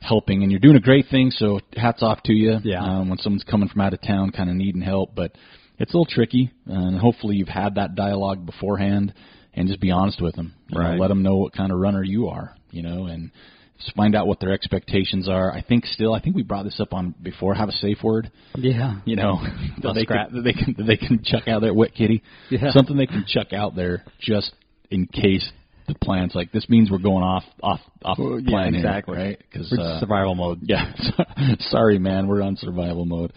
Speaker 1: helping and you're doing a great thing. So hats off to you.
Speaker 2: Yeah.
Speaker 1: Um, when someone's coming from out of town, kind of needing help, but it's a little tricky. And hopefully you've had that dialogue beforehand, and just be honest with them. You
Speaker 2: Right.
Speaker 1: Know, let them know what kind of runner you are. You know, and just find out what their expectations are. I think still, I think we brought this up on before. Have a safe word
Speaker 2: Yeah.
Speaker 1: you
Speaker 2: [laughs]
Speaker 1: know, that they,
Speaker 2: scrap.
Speaker 1: can, that they can that they can chuck out there, wet kitty,
Speaker 2: Yeah.
Speaker 1: something they can chuck out there just in case the plan's like this means we're going off off off
Speaker 2: Well, yeah,
Speaker 1: plan here,
Speaker 2: exactly.
Speaker 1: right? uh, Because
Speaker 2: We're just survival mode.
Speaker 1: [laughs] yeah, sorry man, we're on survival mode.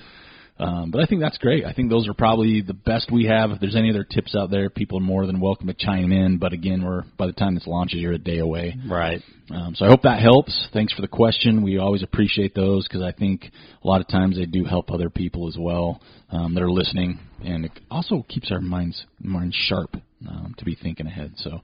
Speaker 1: Um, but I think that's great. I think those are probably the best we have. If there's any other tips out there, people are more than welcome to chime in. But again, we're by the time this launches, you're a day away.
Speaker 2: Right.
Speaker 1: Um, so I hope that helps. Thanks for the question. We always appreciate those because I think a lot of times they do help other people as well um, that are listening, and it also keeps our minds minds sharp um, to be thinking ahead. So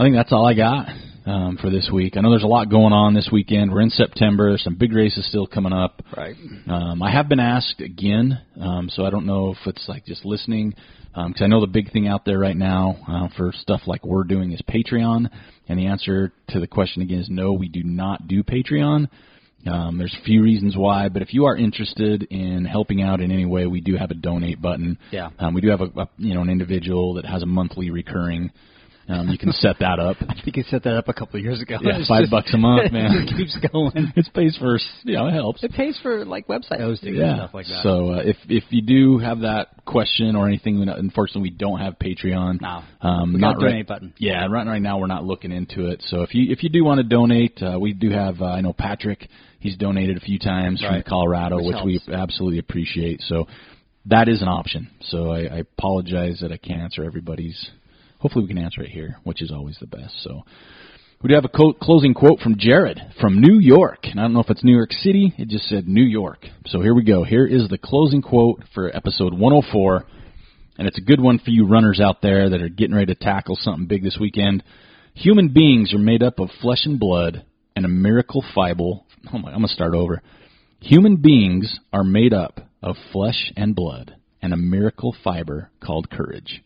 Speaker 1: I think that's all I got um, for this week. I know there's a lot going on this weekend. We're in September. Some big races still coming up.
Speaker 2: Right.
Speaker 1: Um, I have been asked again, um, so I don't know if it's like just listening, because I know the big thing out there right now uh, for stuff like we're doing is Patreon, and the answer to the question again is no, we do not do Patreon. Um, there's a few reasons why, but if you are interested in helping out in any way, we do have a donate button.
Speaker 2: Yeah.
Speaker 1: Um, we do have a, a you know an individual that has a monthly recurring Um, you can set that up.
Speaker 2: I think he set that up a couple of years ago.
Speaker 1: Yeah,
Speaker 2: [laughs] It's
Speaker 1: five
Speaker 2: just-
Speaker 1: bucks a month, man.
Speaker 2: it keeps going.
Speaker 1: [laughs] It pays for, s- you know, it helps.
Speaker 2: It pays for like website hosting and stuff like that.
Speaker 1: So uh, if if you do have that question or anything, we don't- unfortunately we don't have Patreon.
Speaker 2: No.
Speaker 1: um,
Speaker 2: We got
Speaker 1: not
Speaker 2: a
Speaker 1: right-
Speaker 2: donate button.
Speaker 1: Yeah, right right now we're not looking into it. So if you if you do want to donate, uh, we do have. Uh, I know Patrick. He's donated a few times from
Speaker 2: Right.
Speaker 1: Colorado,
Speaker 2: Which
Speaker 1: which, we
Speaker 2: helps.
Speaker 1: absolutely appreciate. So that is an option. So I, I apologize that I can't answer everybody's. Hopefully we can answer it here, which is always the best. So. We do have a co- closing quote from Jared from New York. And I don't know if it's New York City, it just said New York. So here we go. Here is the closing quote for episode 104. And it's a good one for you runners out there that are getting ready to tackle something big this weekend. Human beings are made up of flesh and blood and a miracle fible. Oh my, I'm going to start over. Human beings are made up of flesh and blood and a miracle fiber called courage.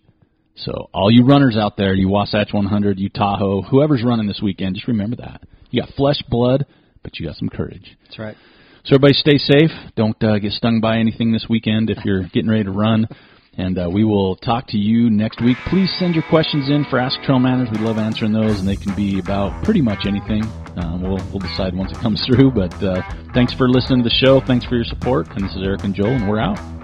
Speaker 1: So all you runners out there, you Wasatch 100, you Tahoe, whoever's running this weekend, just remember that. You got flesh, blood, but you got some courage.
Speaker 2: That's right.
Speaker 1: So everybody stay safe. Don't uh, get stung by anything this weekend if you're getting ready to run. And uh, we will talk to you next week. Please send your questions in for Ask Trail Manners. We love answering those, and they can be about pretty much anything. Um, we'll, we'll [laughs] decide once it comes through. But uh, thanks for listening to the show. Thanks for your support. And this is Eric and Joel, and we're out.